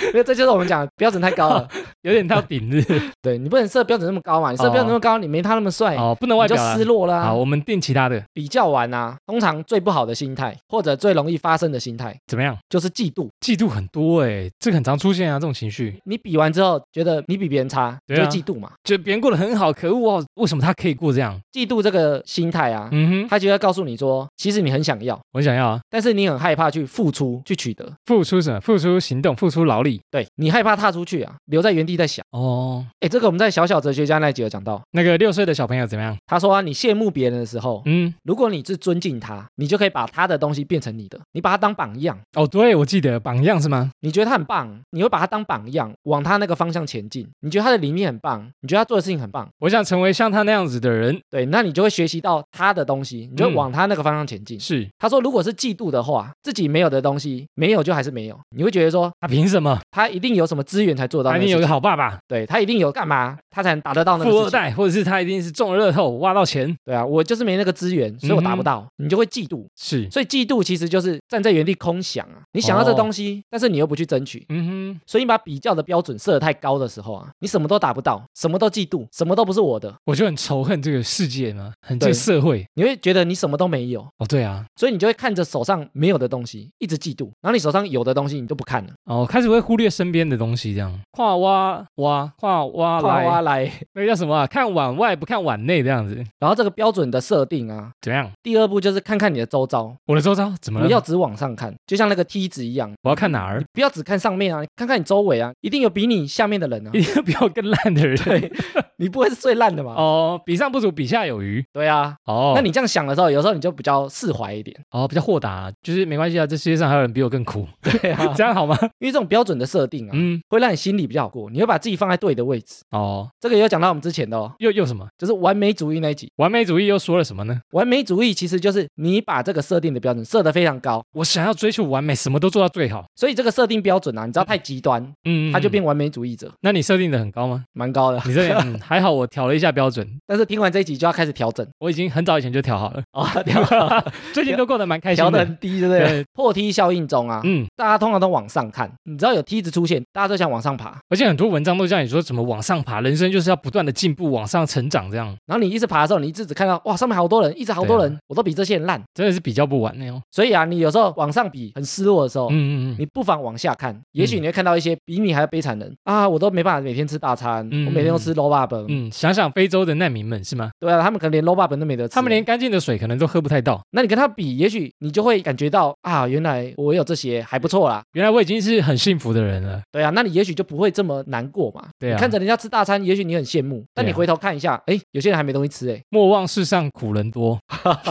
S2: 因为这就是我们讲的标准太
S1: <laughs>
S2: 高了，
S1: 有点到顶日
S2: <laughs> 对你不能设标准那么高嘛，你设标准那么高，你没他那么帅，
S1: 哦哦，不能
S2: 你
S1: 外
S2: 就
S1: 表啦
S2: 失落啊啦、
S1: 好，我们定其他的
S2: 比较完啊，通常最不好的心态，或者最容易发生的心态，
S1: 怎么样？
S2: 就是嫉妒。
S1: 嫉妒很多哎、这个很常出现啊，这种情绪，
S2: 你比完之后，觉得你比别人差，就
S1: 对啊
S2: 会嫉妒嘛。
S1: 觉得别人过得很好，可恶哦，为什么他可以过这样？
S2: 嫉妒这个心态啊，
S1: 嗯哼，
S2: 他就会告诉你说，其实你很想要，
S1: 我想要啊，
S2: 但是你很害怕去付出、去取得。
S1: 付出什么？付出行动，付出劳力
S2: 对你害怕踏出去啊，留在原地在想。
S1: 哦。
S2: 哎，这个我们在小小哲学家那集有讲到，
S1: 那个六岁的小朋友怎么样？
S2: 他说啊，你羡慕别人的时候，
S1: 嗯，
S2: 如果你是尊敬他，你就可以把他的东西变成你的，你把他当榜样，
S1: 哦，对，我记得榜样是吗？
S2: 你觉得他很棒，你会把他当榜样，往他那个方向前进。你觉得他的理念很棒，你觉得他做的事情很棒，
S1: 我想成为像他那样子的人，
S2: 对，那你就会学习到他的东西，你就会
S1: 嗯
S2: 往他那个方向前进。
S1: 是
S2: 他说，如果是嫉妒的话，自己没有的东西，没有就还是没有，你会觉得说
S1: 他凭什么？
S2: 他一定有什么资源才做到
S1: 他
S2: 那
S1: 一
S2: 个
S1: 定
S2: 事
S1: 有个
S2: 情，
S1: 好爸爸，
S2: 对他一定有干嘛，他才能达得到那个
S1: 富二
S2: 事情。
S1: 代，或者是他一定是中了乐透挖到钱，
S2: 对啊，我就是没那个资源，所以我达不到，
S1: 嗯
S2: 你就会嫉妒。
S1: 是，
S2: 所以嫉妒其实就是站在原地空想啊，你想要这
S1: 哦
S2: 东西，但是你又不去争取，
S1: 嗯哼，
S2: 所以你把比较的标准设得太高的时候啊，你什么都达不到，什么都嫉妒，什么都不是我的，
S1: 我就很仇恨这个世界嘛，很这个
S2: 对
S1: 社会。
S2: 你会觉得你什么都没有，
S1: 哦，对啊，
S2: 所以你就会看着手上没有的东西一直嫉妒，然后你手上有的东西你都不看了，
S1: 哦，开始会忽略身边的东西，这样跨挖挖跨挖
S2: 哇哇
S1: 来，
S2: 来，
S1: 那个叫什么啊？看碗外不看碗内这样子，
S2: 然后这个标准的设定啊，
S1: 怎么样？
S2: 第二步就是看看你的周遭，
S1: 我的周遭怎么了？
S2: 不要只往上看，就像那个梯子一样。
S1: 我要看哪儿？
S2: 不要只看上面啊，看看你周围啊，一定有比你下面的人啊
S1: <laughs> 一，定要不要更烂的人
S2: 对你不会是最烂的嘛？
S1: 哦，比上不足，比下有余
S2: 对啊，
S1: 哦。
S2: 那你这样想的时候，有时候你就比较释怀一点，
S1: 哦比较豁达，就是没关系啊，这世界上还有人比我更 <laughs> 苦，
S2: 对啊
S1: 这样好吗？
S2: 因 <laughs> 为这种标准的设定啊，
S1: 嗯，
S2: 会让你心里比较好过，你会把自己放在对的位置。
S1: 哦，
S2: 这个也有讲到我们之前的哦，
S1: 又又什么
S2: 就是完美主义那一集。
S1: 完美主义又说了什么呢？
S2: 完美主义其实就是你把这个设定的标准设得非常高，
S1: 我想要追求完美，什么都做到最好。
S2: 所以这个设定标准啊，你知道太极端，
S1: 嗯，
S2: 它就
S1: 嗯。
S2: 变完美主义者，
S1: 那你设定的很高 <laughs> 吗？
S2: 蛮高的。
S1: 你这点、嗯、还好，我调了一下标准，
S2: <laughs> 但是听完这一集就要开始调整
S1: 我已经很早以前就调好了，
S2: <laughs> 哦，调
S1: <laughs> 最近都过得蛮开
S2: 调
S1: 心
S2: 得
S1: 的。
S2: 很低，对不对？
S1: 对，
S2: 破梯效应中啊，
S1: 嗯，
S2: 大家通常都往上看，你知道有梯子出现，大家都想往上爬，
S1: 而且很多文章都叫你说怎么往上爬，人生就是要不断的进步，往上成长，这样
S2: 然后你一直爬的时候，你一直只看到哇，上面好多人，一直好多
S1: 对啊
S2: 人，我都比这些人烂。
S1: 真的是比较不完的哦。
S2: 所以啊，你有时候往上比很失落的时候，
S1: 嗯嗯嗯，
S2: 你不妨往下看，也许你会看到一些比你还要悲惨的人、啊！我都没办法每天吃大餐，
S1: 嗯
S2: 我每天都吃 low b
S1: 嗯，想想非洲的难民们是吗？
S2: 对啊，他们可能连 low b 都没得吃，
S1: 他们连，干净的水可能都喝不太到。
S2: 那你跟他比，也许你就会感觉到啊，原来我有这些还不错啦。
S1: 原来我已经是很幸福的人了。
S2: 对啊，那你也许就不会这么难过嘛。
S1: 对啊
S2: 你看着人家吃大餐，也许你很羡慕，但
S1: 对啊
S2: 你回头看一下，哎，有些人还没东西吃，哎，
S1: 莫忘世上苦人多， <laughs>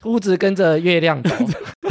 S2: 秃子跟着月亮走，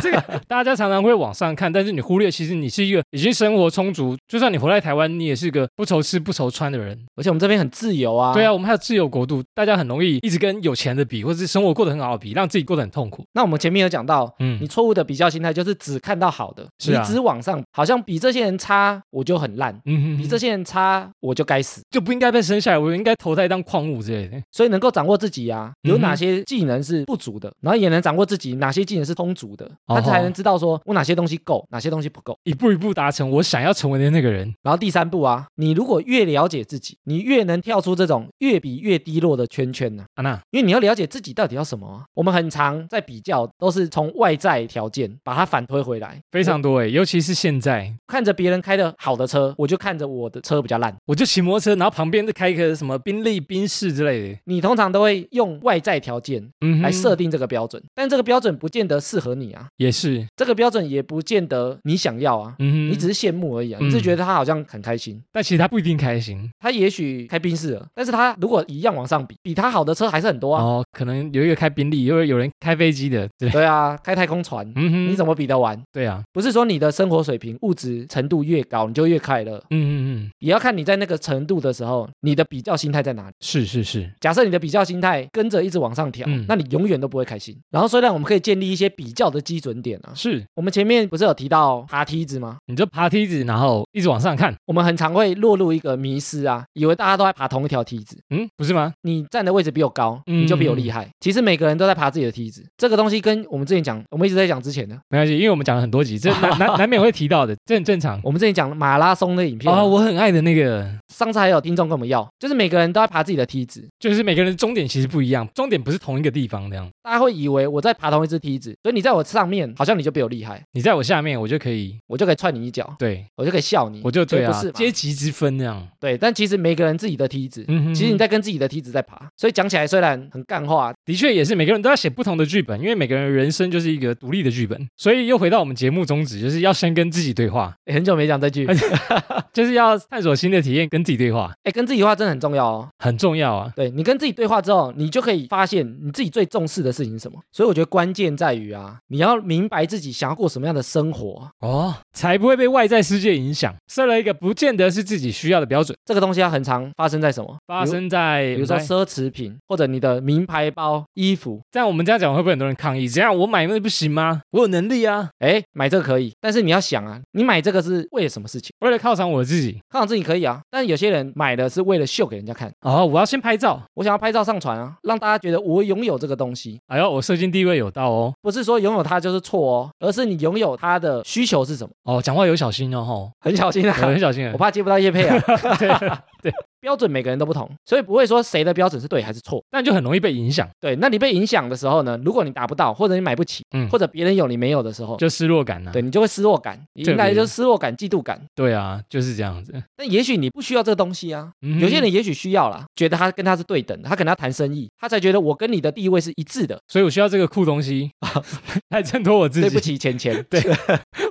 S1: 这个大家常常会往上看，但是你忽略，其实你是一个已经生活充足，就算你活在台湾，你也是个不愁吃不愁穿的人。
S2: <laughs> 而且我们这边很自由啊。
S1: 对啊，，我们还有自由国度，大家很容易一直跟有钱的比，或者是生活过得很好的比，让自己过得很痛苦。
S2: 那我们前面有讲到。你
S1: 嗯，
S2: 错误的比较心态就是只看到好的，
S1: 是啊
S2: 你只往上，好像比这些人差我就很烂，
S1: 嗯
S2: 比这些人差我就该死。
S1: 就不应该被生下来，我应该投胎当矿物之类的。
S2: 所以能够掌握自己啊，有
S1: 嗯哼
S2: 哪些技能是不足的，然后也能掌握自己哪些技能是充足的，
S1: 哦
S2: 他才能知道说我哪些东西够，哪些东西不够。
S1: 一步一步达成我想要成为的那个人。
S2: 然后第三步啊，你如果越了解自己，你越能跳出这种越比越低落的圈圈呢、
S1: 安娜，
S2: 因为你要了解自己到底要什么、啊。我们很常在比较，都是从外在条件把它反推回来。
S1: 非常多诶，欸尤其是现在，
S2: 看着别人开的好的车，我就看着我的车比较烂。
S1: 我就骑摩托车，然后旁边就开一个什么宾利、宾士之类的，
S2: 你通常都会用外在条件
S1: 嗯哼，
S2: 来设定这个标准，但这个标准不见得适合你啊，
S1: 也是，
S2: 这个标准也不见得你想要啊。
S1: 嗯哼，
S2: 你只是羡慕而已啊，
S1: 嗯
S2: 你只是觉得他好像很开心。
S1: 但其实他不一定开心
S2: 他也许开宾士了，但是他如果一样往上比，比他好的车还是很多啊。
S1: 哦，可能有一个开宾利，又有人开飞机的之类。
S2: 对啊，开太空船，
S1: 嗯哼，
S2: 你怎么比得完？
S1: 对啊？
S2: 不是说你的生活水平、物质程度越高，你就越快乐，
S1: 嗯嗯嗯，
S2: 也要看你在那个程度的时候，你的比较心态在哪里。
S1: 是是是，
S2: 假设你的比较心态跟着一直往上调，
S1: 嗯
S2: 那你永远都不会开心。然后虽然我们可以建立一些比较的基准点啊，
S1: 是，
S2: 我们前面不是有提到爬梯子吗？
S1: 你就爬梯子，然后一直往上看，
S2: 我们很常会落入一个迷失啊，以为大家都在爬同一条梯子，
S1: 嗯，不是吗？
S2: 你站的位置比我高，你就比
S1: 嗯
S2: 我厉害。其实每个人都在爬自己的梯子，这个东西跟我们之前讲，我们一直在讲之前的，
S1: 没关系，因为我们讲了很多集，这
S2: <laughs>
S1: 难难难免会提到的，这很正常。
S2: 我们之前讲马拉松的影片，
S1: 哦，
S2: 哦、
S1: 我很爱的那个，
S2: 上次还有听众跟我们要，就是每个人都在爬自己的梯子。
S1: 就是每个人的终点其实不一样，终点不是同一个地方，这样。
S2: 大家会以为我在爬同一只梯子，所以你在我上面，好像你就比我厉害，
S1: 你在我下面，我就可以，
S2: 我就可以踹你一脚，
S1: 对
S2: 我就可以笑你，
S1: 我就对
S2: 所以
S1: 啊
S2: 嗯不是，嘛
S1: 阶级之分那样。
S2: 对。但其实每个人自己的梯子，
S1: 嗯哼，
S2: 其实你在跟自己的梯子在爬，所以讲起来虽然很干话，
S1: 的确也是每个人都要写不同的剧本，因为每个人人生就是一个独立的剧本，所以又回到我们节目宗旨，就是要先跟自己对话，
S2: 诶欸很久没讲这句，
S1: 就是要探索新的体验，跟自己对话
S2: 哎，跟自己对话真的很重要哦。
S1: 很重要啊。
S2: 对你跟自己对话之后，你就可以发现你自己最重视的事情是什么。所以我觉得关键在于啊，你要明白自己想要过什么样的生活，啊
S1: 哦，才不会被外在世界影响，设了一个不见得是自己需要的标准，
S2: 这个东西要很常发生在什么？
S1: 发
S2: 比如。
S1: 生在
S2: 比如说
S1: 在
S2: 奢侈品，或者你的名牌包、衣服，
S1: 这样我们这样讲会不会很多人抗议？这样我买那不行吗？我有能力啊，
S2: 哎，买这个可以，但是你要想啊，你买这个是为了什么事情？
S1: 为了犒赏我自己。
S2: 看好自己可以啊，但有些人买的是为了秀给人家看，
S1: 哦，我要先拍照。
S2: 我想要拍照上传啊，让大家觉得我拥有这个东西，
S1: 哎呦，我社经地位有到哦。
S2: 不是说拥有它就是错哦，而是你拥有它的需求是什么，
S1: 哦，讲话有小心哦，吼，
S2: 很小心啊，
S1: 我很小心啊
S2: 我。怕接不到叶配啊。
S1: <laughs> 对，
S2: 标准每个人都不同，所以不会说谁的标准是对还是错。
S1: 但就很容易被影响，
S2: 对，那你被影响的时候呢，如果你达不到，或者你买不起，
S1: 嗯
S2: 或者别人有你没有的时候，
S1: 就失落感呐、啊。
S2: 哦对你就会失落感，你迎来
S1: 这
S2: 的就
S1: 个
S2: 是失落感、嫉妒感。
S1: 对啊，就是这样子。
S2: 但也许你不需要这个东西啊，
S1: 嗯哼
S2: 有些人，也许需要啦，觉得他跟他是对等的，他可能要谈生意，他才觉得我跟你的地位是一致的。
S1: 所以我需要这个酷东
S2: <laughs>
S1: 西来衬托我自
S2: 对不
S1: 己，
S2: 起，钱钱，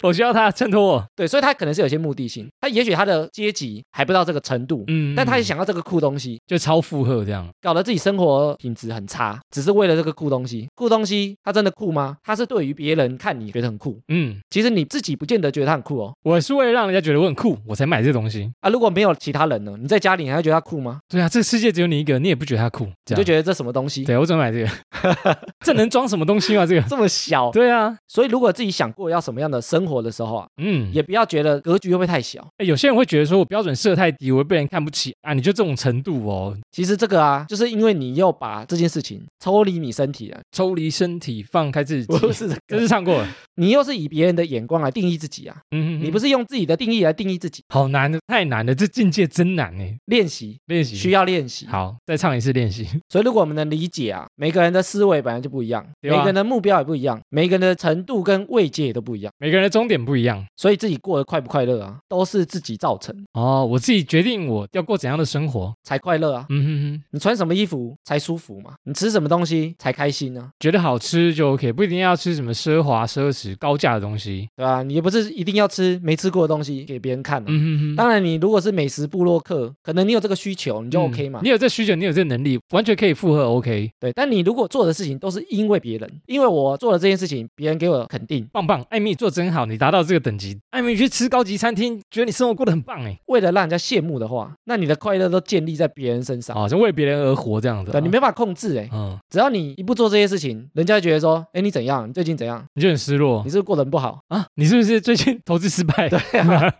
S1: 我需要它衬托我。
S2: 对，所以他可能是有些目的性，他也许他的阶级还不到这个程度，
S1: 嗯
S2: 但他也想要这个酷东西，
S1: 就超负荷这样。
S2: 搞得自己生活品质很差，只是为了这个酷东西。酷东西，它真的酷吗？它是对于别人看你觉得很酷，
S1: 嗯，
S2: 其实你自己不见得觉得它很酷哦。
S1: 我是为了让人家觉得我很酷，我才买这东西。
S2: 啊，如果没有其他人呢？你在家里你还会觉得它酷吗？
S1: 对啊，这个世界只有你一个，你也不觉得它酷，
S2: 你
S1: 这
S2: 就
S1: 样。
S2: 觉得这什么东西？
S1: 对，我怎么买这个？
S2: <laughs>
S1: 这能装什么东西吗？这个？
S2: 这么小，
S1: 对啊，
S2: 所以如果自己想过要什么样的生活的时候啊，
S1: 嗯，
S2: 也不要觉得格局会不会太小。
S1: 欸有些人会觉得说我标准设得太低，我会被人看不起啊，你就这种程度哦，
S2: 其实这个啊，就是因为你又把这件事情抽离你身体了，
S1: 抽离身体，放开自己。
S2: 不是这
S1: 这
S2: 个，
S1: 是唱过了，
S2: 你又是以别人的眼光来定义自己啊，
S1: 嗯，
S2: 你不
S1: 是
S2: 是用自己的定义来定义自己。
S1: 好难的，太难了，这境界真难哎，
S2: 练习
S1: 练习
S2: 需要练习，
S1: 好，再唱一次练习。 <laughs>
S2: 所以，如果我们能理解啊，每个人的思维本来就不一样，
S1: 对
S2: 每
S1: 啊
S2: 个人的目标也不一样，每个人的程度跟位阶也都不一样，
S1: 每个人的终点不一样
S2: 所以自己过得快不快乐啊，都是自己造成
S1: 哦，我自己决定我要过怎样的生活。
S2: 才快乐啊。
S1: 嗯哼哼，
S2: 你穿什么衣服才舒服嘛？你吃什么东西才开心啊呢、
S1: 觉得好吃就 OK，不一定要吃什么奢华、奢侈、高价的东西。
S2: 对吧、你也不是一定要吃没吃过的东西给别人看、啊。
S1: 嗯哼哼。
S2: 当然，你如果是美食部落客，可能你有这个需求，你就 OK 嘛。
S1: 嗯你有这需求，你有这能力，完全可以负荷。OK，
S2: 对，但你如果做的事情都是因为别人，因为我做了这件事情，别人给我肯定，
S1: 棒棒，艾米做真好，你达到这个等级。艾米去吃高级餐厅，觉得你生活过得很棒哎。
S2: 为了让人家羡慕的话，那你的快乐都建立在别人身上。
S1: 哦，就为别人而活这样子啊。
S2: 对，你没办法控制哎、
S1: 嗯，
S2: 只要你一不做这些事情，人家会觉得说，哎，你怎样？你最近怎样？
S1: 你就很失落
S2: 你是不是过得很不好？
S1: 啊？你是不是最近投资失
S2: <laughs>
S1: 败？对，
S2: 啊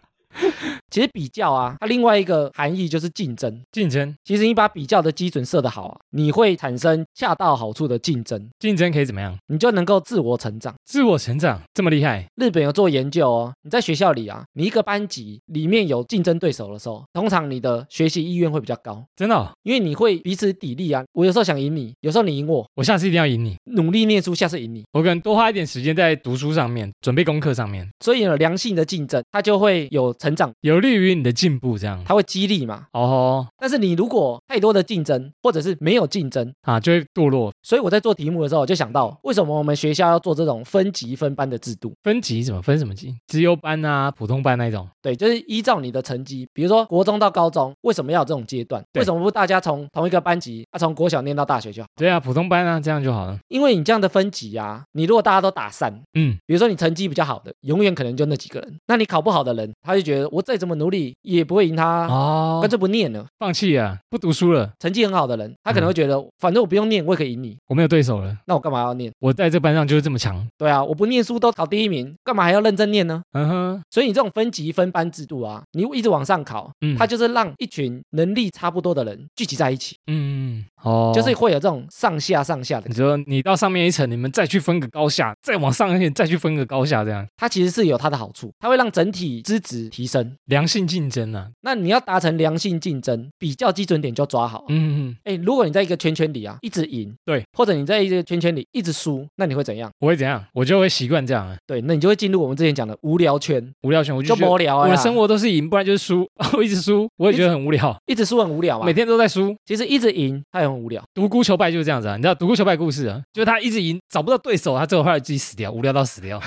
S2: 其实比较啊，它另外一个含义就是竞争。
S1: <laughs> 竞争，
S2: 其实你把比较的基准设得好啊，你会产生恰到好处的竞争，
S1: 竞争可以怎么样？
S2: 你就能够自我成长。
S1: 自我成长这么厉害，
S2: 日本有做研究哦，你在学校里啊，你一个班级里面有竞争对手的时候，通常你的学习意愿会比较高，
S1: 真的哦、
S2: 因为你会彼此砥砺啊。我有时候想赢你，有时候你赢我，
S1: 我下次一定要赢你。
S2: 努力念书，下次赢你。
S1: 我可能多花一点时间在读书上面，准备功课上面，
S2: 所以有良性的竞争，它就会有成长，
S1: 有利于你的进步。这样，
S2: 它会激励嘛。
S1: 哦
S2: 但是你如果太多的竞争，或者是没有竞争，
S1: 吼啊，就会堕落。
S2: 所以我在做题目的时候，我就想到为什么我们学校要做这种分级分班的制度？
S1: 分级怎么分什么级？资优班啊，普通班那一种。
S2: 对，就是依照你的成绩，比如说国中到高中，为什么要有这种阶段？
S1: 对
S2: 为什么不大家从同一个班级，啊，从国小念到大学就好？
S1: 对啊，普通班啊，这样就好了。
S2: 因为你这样的分级啊，你如果大家都打散，
S1: 嗯，
S2: 比如说你成绩比较好的，永远可能就那几个人，那你考不好的人，他就觉得我再怎么努力也不会赢他，
S1: 哦
S2: 干脆不念了。
S1: 放弃啊，不读书了，
S2: 成绩很好的人，他可能会觉得，反正我不用念，我也可以赢你，
S1: 我没有对手了，
S2: 那我干嘛要念？
S1: 我在这班上就是这么强。
S2: 对啊，我不念书都考第一名，干嘛还要认真念呢？
S1: 嗯哼，
S2: 所以你这种分级分班制度啊，你一直往上考，
S1: 嗯
S2: 它就是让一群能力差不多的人聚集在一起，
S1: 嗯，哦，嗯
S2: 就是会有这种上下上下的
S1: 你。说你到上面一层，你们再去分个高下，再往上一层再去分个高下，这样
S2: 它其实是有它的好处，它会让整体资质提升。
S1: 良性竞争啊。
S2: 那你要达成良性竞争，比较基准点就要抓好。
S1: 嗯，嗯
S2: 哎、如果你在一个圈圈里啊，一直赢，
S1: 对，
S2: 或者你在一个圈圈里一直输，那你会怎样？
S1: 我会怎样？我就会习惯这样啊，
S2: 对，那你就会进入我们之前讲的无聊圈，
S1: 无聊圈，我就
S2: 就
S1: 觉得
S2: 无聊啊。
S1: 我的生活都是赢，不然就是输， <laughs> 我一直输，我也觉得很无聊，
S2: 一直输很无聊啊
S1: 每，天都在输。
S2: 其实一直赢它也很无聊。
S1: 独孤求败就是这样子啊，你知道独孤求败故事啊，就是他一直赢，找不到对手，他最后后来
S2: <laughs>
S1: 自己死掉，无聊到死掉，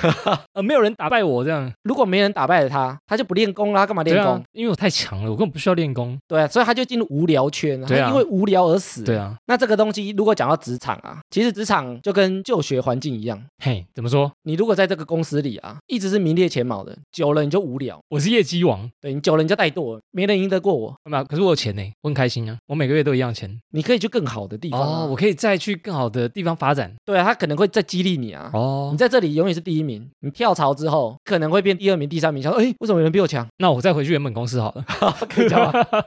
S1: 呃，没有人打败我这样，
S2: 如果没人打败了他，他就不练功啦，干干嘛
S1: 对
S2: 练功
S1: 啊？，因为我太强了，我根本不需要练功。
S2: 对啊，所以他就进入无聊圈，他
S1: 对啊
S2: 因为无聊而死。
S1: 对啊，
S2: 那这个东西如果讲到职场啊，其实职场就跟就学环境一样，
S1: 嘿，怎么说？
S2: 你如果在这个公司里啊，一直是名列前茅的，久了你就无聊，
S1: 我是业绩王，
S2: 对你久了你就怠惰了，没人赢得过我，
S1: 没有，可是我有钱呢，我很开心啊，我每个月都一样钱。
S2: 你可以去更好的地方啊、
S1: 哦，我可以再去更好的地方发展。
S2: 对啊，他可能会再激励你啊。
S1: 哦
S2: 你，在这里永远是第一名，你跳槽之后可能会变第二名、第三名，想说，哎，为什么有人比我强？ <laughs>
S1: 那我再回去原本公司好了，
S2: 可以讲吗？
S1: <laughs>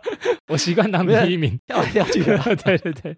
S1: 我习惯当第一名。
S2: 跳来跳去的。
S1: <laughs> 对对对，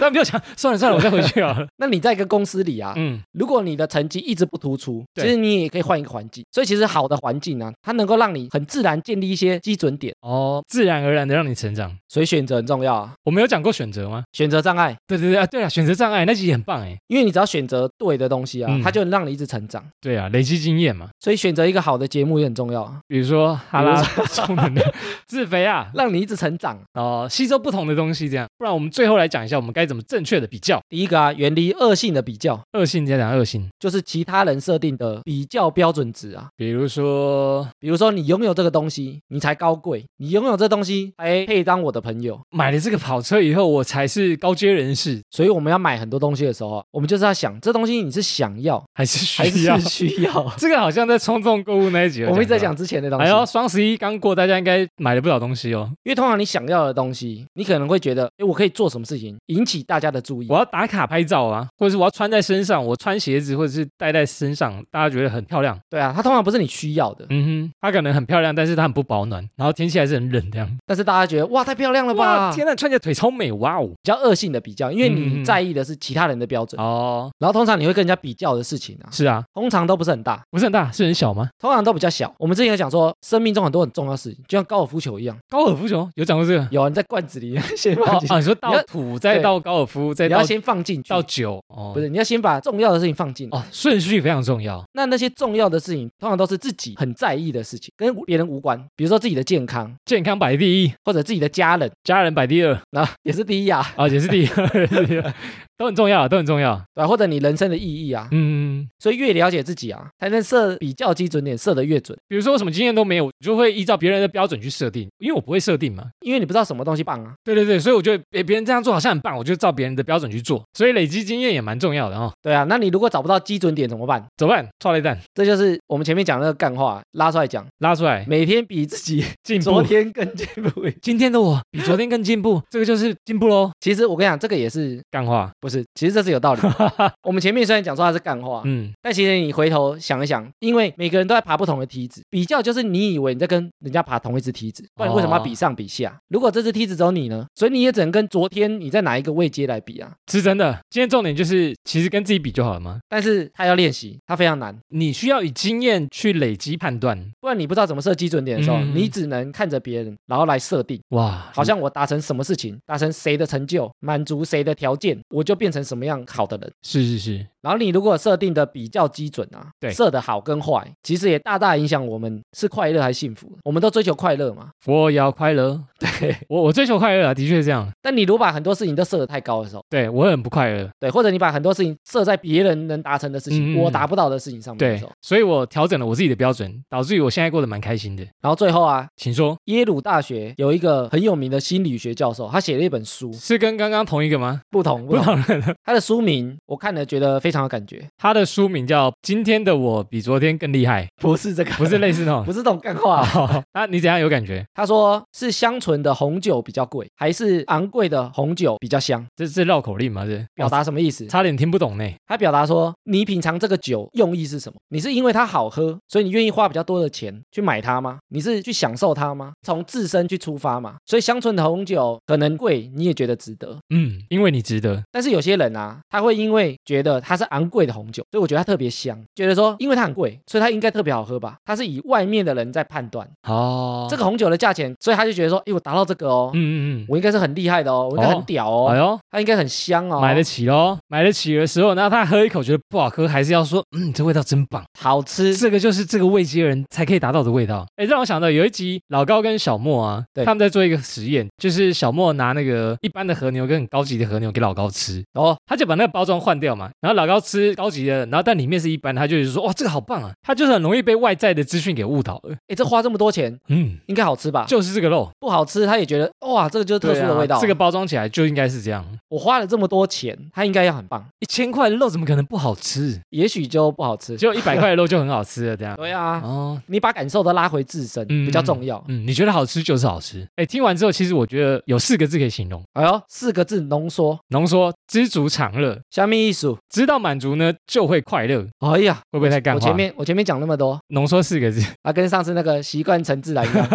S1: 但比我强，算了算了，我再回去好了。
S2: 那你在一个公司里 <laughs> 啊，
S1: 嗯，
S2: 如果你的成绩一直不突出，其
S1: 对
S2: 实你也可以换一个环境。所以其实好的环境啊，它能够让你很自然建立一些基准点，
S1: 哦，自然而然的让你成长。
S2: 所以选择很重要啊。
S1: 我们有讲过选择吗？
S2: 选择障碍，
S1: 对对对啊，对啊，选择障碍那集也很棒哎。
S2: 因为你只要选择对的东西啊，
S1: 嗯
S2: 它就能让你一直成长。
S1: 对啊，累积经验嘛，
S2: 所以选择一个好的节目也很重要啊，
S1: 比如说哈拉充能量、 <laughs> 自肥啊，
S2: 让你一直成长。
S1: 哦，吸收不同的东西这样。不然我们最后来讲一下，我们该怎么正确的比较
S2: 第一个啊，远离恶性的比较，
S1: 恶性加讲恶性，
S2: 就是其他人设定的比较标准值啊。
S1: 比如说
S2: 比如说你拥有这个东西，你才高贵；你拥有这东西，才配当我的朋友。
S1: 买了这个跑车以后，我才是高阶人士，
S2: 所以我们要买很多东西的时候啊，我们就是要想，这东西你是想要
S1: 还是
S2: 还
S1: 需要
S2: 是？需要？
S1: 这个好像在冲动购物那一集，
S2: 我们一直在。讲之前的东西，
S1: 哎呦，双十一刚过，大家应该买了不少东西哦。
S2: 因为通常你想要的东西，你可能会觉得，哎，我可以做什么事情引起大家的注意
S1: 我？要打卡拍照啊，或者是我要穿在身上，我穿鞋子或者是戴在身上，大家觉得很漂亮。
S2: 对啊，它通常不是你需要的，
S1: 嗯哼，它可能很漂亮，但是它很不保暖，然后天气还是很冷这样。
S2: 但是大家觉得哇，太漂亮了吧？
S1: 天呐，穿起来腿超美，哇哦！
S2: 比较恶性的比较，因为
S1: 嗯
S2: 你在意的是其他人的标准，
S1: 哦，
S2: 然后通常你会跟人家比较的事情啊，
S1: 是啊，
S2: 通常都不是很大，
S1: 不是啊很大，是很小吗？
S2: 通常都比较小。我们之前有讲说，生命中很多很重要的事情，就像高尔夫球一样，
S1: 高尔夫球有讲过这个？
S2: 有啊人在罐子里先
S1: 哦
S2: 放进去，
S1: 哦，你说到
S2: 你要
S1: 土，再
S2: 对
S1: 到高尔夫，再
S2: 你
S1: 到
S2: 要先放进去
S1: 到，酒，哦，
S2: 不是，你要先把重要的事情放进。
S1: 哦，顺序非常重要。
S2: 那那些重要的事情，通常都是自己很在意的事情，跟别人无关。比如说自己的健康，
S1: 健康摆第一，
S2: 或者自己的家人，
S1: 家人摆第二，
S2: 那也是第一啊，
S1: 啊，也是第二， <laughs> 都很重要，都很重要。
S2: 对吧或者你人生的意义啊。
S1: 嗯，
S2: 所以越了解自己啊，才能设比较基准点，设得越准。
S1: 比如说我什么经验都没有，我就会依照别人的标准去设定，因为我不会设定嘛。
S2: 因为你不知道什么东西棒啊，
S1: 对对对，所以我觉得别别人这样做好像很棒，我就照别人的标准去做，所以累积经验也蛮重要的哦。
S2: 对啊，那你如果找不到基准点怎么办？
S1: 怎么办？抓了一蛋
S2: 这就是我们前面讲的那个干话，拉出来讲，
S1: 拉出来，
S2: 每天比自己
S1: 进
S2: <laughs> 昨
S1: 步。
S2: 天更进步。
S1: <laughs> 今天的我比昨天更进
S2: <laughs>
S1: 步，这个就是进步喽。
S2: 其实我跟你讲，这个也是
S1: 干话，
S2: 不是？其实这是有道理的。
S1: <laughs>
S2: 我们前面虽然讲说它是干话，
S1: 嗯，
S2: 但其实你回头想一想，因为每个人都在爬不同的梯子，比较就是你以为你在跟人家爬同一只梯子，不然
S1: 哦
S2: 为什么要比上比下？如果这只梯子只有你呢，所以你也只能跟昨天你在哪一个位阶来比啊。
S1: 是真的。今天重点就是，其实跟自己比就好了嘛。
S2: 但是他要练习，他非常难，
S1: 你需要以经验去累积判断。
S2: 不然你不知道怎么设基准点的时候，
S1: 嗯
S2: 你只能看着别人，然后来设定。
S1: 哇，
S2: 好像我达成什么事情，达成谁的成就，满足谁的条件，我就变成什么样好的人。
S1: 是是是，
S2: 然后你如果设定的比较基准啊，
S1: 对
S2: 设的好跟坏，其实也大大影响我们是快乐还是幸福。我们都追求快乐嘛，
S1: 我也要快乐。
S2: <laughs> 对。
S1: 我我追求快乐啊，的确是这样。
S2: 但你如果把很多事情都设得太高的时候，
S1: 对我很不快乐，
S2: 对，或者你把很多事情设在别人能达成的事情，
S1: 嗯
S2: 我达不到的事情上面的
S1: 对
S2: 时候，，
S1: 所以我调整了我自己的标准，导致于我现在过得蛮开心的。
S2: 然后最后啊，
S1: 请说，
S2: 耶鲁大学有一个很有名的心理学教授，他写了一本书，
S1: 是跟刚刚同一个吗？
S2: 不同
S1: 不
S2: 不同，
S1: 同人，
S2: 他的书名我看了觉得非常有感觉，
S1: 他的书名叫《今天的我比昨天更厉害》，
S2: <laughs> <laughs> 不是这个，
S1: 不是类似那种
S2: 不。是这种干话啊、
S1: 哦，那你怎样有感觉？
S2: 他说是香醇的红酒比较贵，还是昂贵的红酒比较香？
S1: 这是绕口令吗？这哦
S2: 表达什么意思？
S1: 差点听不懂呢。
S2: 他表达说，你品尝这个酒用意是什么？你是因为它好喝，所以你愿意花比较多的钱去买它吗？你是去享受它吗？从自身去出发嘛。所以香醇的红酒可能贵，你也觉得值得。
S1: 嗯，因为你值得。
S2: 但是有些人啊，他会因为觉得它是昂贵的红酒，所以我觉得它特别香，觉得说因为它很贵，所以它应该特别好喝吧？他是以外面的人在判断
S1: 哦
S2: 这个红酒的价钱，所以他就觉得说，哎，我达到这个哦，
S1: 嗯嗯
S2: 我应该是很厉害的哦，我应该
S1: 哦
S2: 很屌
S1: 嗯，
S2: 哦。
S1: 哎呦，
S2: 它应该很香哦，
S1: 买得起咯，买得起的时候，那他喝一口觉得不好喝，还是要说，嗯，这味道真棒，
S2: 好吃，
S1: 这个就是这个位阶人才可以达到的味道。哎，让我想到有一集老高跟小莫啊，
S2: 对
S1: 他们在做一个实验，就是小莫拿那个一般的和牛跟很高级的和牛给老高吃，
S2: 哦，
S1: 他就把那个包装换掉嘛，然后老高吃高级的，然后但里面是一般，他就是说，哇，这个好棒啊，他就是很容易被外在的资讯给误导了。
S2: 哎，这花这么多钱，
S1: 嗯，
S2: 应该好吃吧？
S1: 就是这个肉，
S2: 不好吃，他也觉得哇，这个就是啊特殊的味道。
S1: 啊这个包装起来就应该是这样，
S2: 我花了这么多钱，它应该要很棒，
S1: 一千块的肉怎么可能不好
S2: <laughs>
S1: 吃？
S2: 也许就不好吃。
S1: 就一百块的肉就很好吃了，这样。
S2: <laughs> 对啊，
S1: 哦，
S2: 你把感受都拉回自身
S1: 嗯
S2: 比较重要。
S1: 嗯，你觉得好吃就是好吃。哎，听完之后，其实我觉得有四个字可以形容，
S2: 哎呦，四个字浓缩，
S1: 浓缩：知足常乐。
S2: 虾米艺术。
S1: 知道满足呢，就会快乐。
S2: 哎呀，
S1: 会不会太干
S2: 我
S1: 话？
S2: 前面我前面讲那么多，
S1: 浓缩四个字， <laughs>
S2: 啊，跟上次那个习惯成自然一样。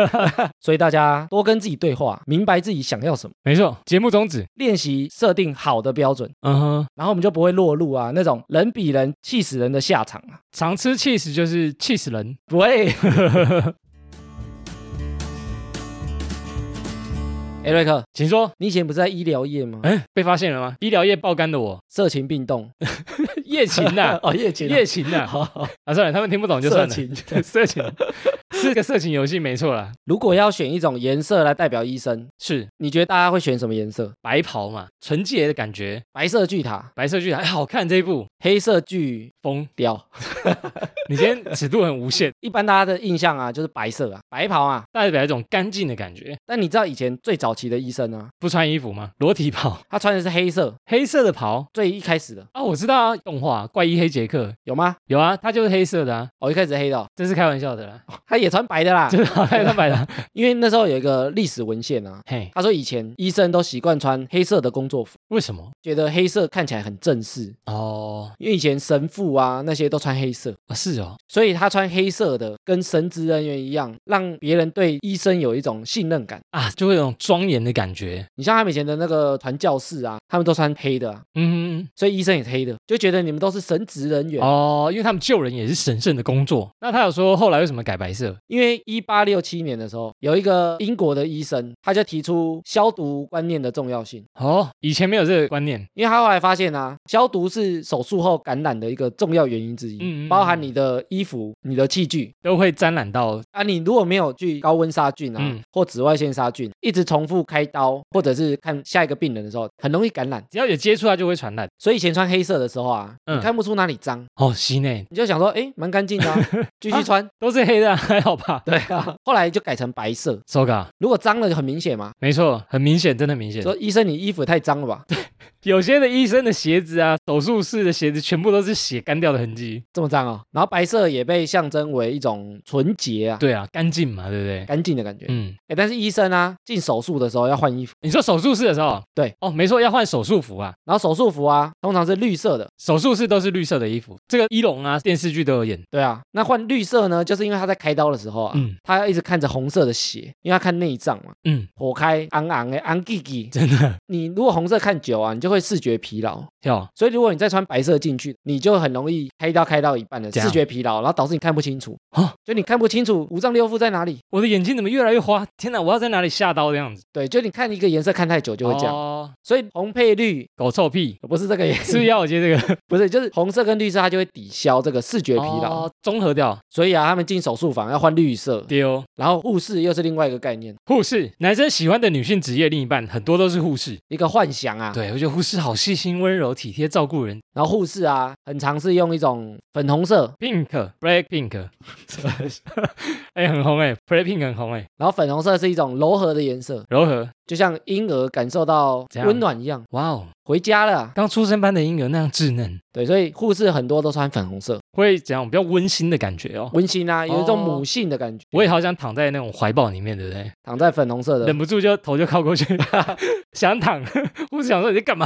S2: 所以大家多跟自己对话，明白自己想要什么，
S1: 没错。节目宗旨，
S2: 练习设定好的标准，
S1: 嗯哼，
S2: 然后我们就不会落入啊那种人比人气死人的下场啊。
S1: 常吃 cheese 就是气死人。
S2: 不会。艾瑞克，
S1: 请说。
S2: 你以前不是在医疗业吗？
S1: 哎，被发现了吗？医疗业爆肝的
S2: <laughs>
S1: 我，
S2: 色情病动，、
S1: 夜勤呐
S2: 哦， <laughs> 夜情啊，
S1: 夜 <laughs> 勤呐、
S2: 好，好
S1: 啊，算了，他们听不懂就算
S2: 色
S1: 了。
S2: 情。 <laughs>
S1: 色情是个色情游戏，没错啦，
S2: 如果要选一种颜色来代表医生，
S1: 是
S2: 你觉得大家会选什么颜色？
S1: 白袍嘛，纯洁的感觉，
S2: 白色巨塔，
S1: 白色巨塔，哎，好看这一部
S2: 黑色巨
S1: 疯，
S2: 雕。
S1: 你今天尺度很无限，<laughs>
S2: <laughs> 一般大家的印象啊，就是白色啊，白袍啊。
S1: 代表一种干净的感觉。
S2: 但你知道以前最早期的医生啊，
S1: 不穿衣服吗？裸体跑，
S2: 他穿的是黑色，
S1: 黑色的袍
S2: 最一开始的
S1: 啊，我知道啊，动画《怪医黑杰克》
S2: 有吗？
S1: 有啊，他就是黑色的啊，
S2: 哦，一开始是黑的哦、 <laughs>
S1: 这是开玩笑的啦，
S2: 他也穿白的
S1: <laughs>
S2: 啦
S1: 这，是好看他买的啊，
S2: 因为那时候有一个历史文献啊，
S1: 嘿，
S2: 他说以前医生都习惯穿黑色的工作服，
S1: 为什么？
S2: 觉得黑色看起来很正式，
S1: 哦，
S2: 因为以前神父啊那些都穿黑色，
S1: 啊是哦，
S2: 所以他穿黑色的跟神职人员一样，让别人对医生有一种信任感。
S1: 啊，就会有种庄严的感觉，
S2: 你像他们以前的那个传教士啊，他们都穿黑的啊，
S1: 嗯哼。
S2: 所以医生也是黑的，啊就觉得你们都是神职人员。
S1: 哦，因为他们救人也是神圣的工作。那他有说后来为什么改白色？
S2: 因为一八六七年的时候，有一个英国的医生，他就提出消毒观念的重要性，
S1: 哦，以前没有这个观念。
S2: 因为他后来发现啊，消毒是手术后感染的一个重要原因之一，
S1: 嗯嗯嗯
S2: 包含你的衣服、你的器具，
S1: 都会沾染到，
S2: 啊，你如果没有去高温杀菌啊，
S1: 嗯
S2: 或紫外线杀菌，一直重复开刀或者是看下一个病人的时候，很容易感染。
S1: 只要有接触它就会传染。
S2: 所以以前穿黑色的时候啊，
S1: 嗯
S2: 你看不出哪里脏，
S1: 哦，西内
S2: 你就想说，哎，蛮干净
S1: <laughs>
S2: 的、啊，继续穿。
S1: 都是黑的啊、还好吧？
S2: 对啊， <laughs> 后来就改成白色。
S1: s o g a
S2: 如果脏了就很明显嘛，
S1: 没错，很明显，真的明显。
S2: 说医生你衣服也太脏了吧，
S1: 有些的医生的鞋子啊，手术室的鞋子全部都是血干掉的痕迹。
S2: 这么脏哦。然后白色也被象征为一种纯洁啊，
S1: 对啊，干净嘛，对不对？
S2: 干净的感觉。
S1: 嗯，
S2: 哎，但是医生啊，进手术的时候要换衣服，
S1: 你说手术室的时候，
S2: 对，
S1: 哦，没错，要换手术服啊。
S2: 然后手术服啊，通常是绿色的。
S1: 手术室都是绿色的衣服，这个医龙啊，电视剧都有演。
S2: 对啊，那换绿色呢，就是因为他在开刀的时候啊，
S1: 嗯
S2: 他要一直看着红色的血，因为他看内脏嘛，
S1: 嗯，
S2: 火开昂昂的昂叽叽。
S1: 真的，
S2: 你如果红色看久啊，你就会视觉疲劳，
S1: 哟，
S2: 所以如果你再穿白色进去，你就很容易开刀开到一半的
S1: 这样
S2: 视觉疲劳，然后导致你看不清楚
S1: 啊，
S2: 就你看不清楚五脏六腑在哪里。
S1: 我的眼睛怎么越来越花？天哪，我要在哪里下刀这样子？
S2: 对，就你看一个颜色看太久就会这样，
S1: 哦，
S2: 所以红配绿
S1: 狗臭
S2: <laughs>
S1: 屁，
S2: 不是这个颜
S1: 是不
S2: 色
S1: 是，要我接这个
S2: 不是就是红色跟绿色，它就会抵消这个视觉疲劳。
S1: 哦，综合掉
S2: 所以啊，他们进手术房要换绿色，
S1: 丢。
S2: 然后护士又是另外一个概念，
S1: 护士，男生喜欢的女性职业另一半很多都是护士。
S2: 一个幻想啊。
S1: 对，我觉得护士好细心、温柔、体贴，照顾人。
S2: 然后护士啊，很尝试用一种粉红色，
S1: Pink、Black Pink，哎、很红哎、b l a c k Pink 很红哎、
S2: 然后粉红色是一种柔和的颜色，
S1: 柔和。
S2: 就像婴儿感受到
S1: 怎样
S2: 温暖一样。
S1: 哇哦，
S2: 回家了啊，
S1: 刚出生般的婴儿那样稚嫩，
S2: 对，所以护士很多都穿粉红色，
S1: 会怎样比较温馨的感觉哦。
S2: 温馨啊，有一种
S1: 哦
S2: 母性的感觉。
S1: 我也好想躺在那种怀抱里面，对不对？
S2: 躺在粉红色的，
S1: 忍不住就头就靠过去， <laughs> 想躺。 <laughs> 护士想说你在干嘛？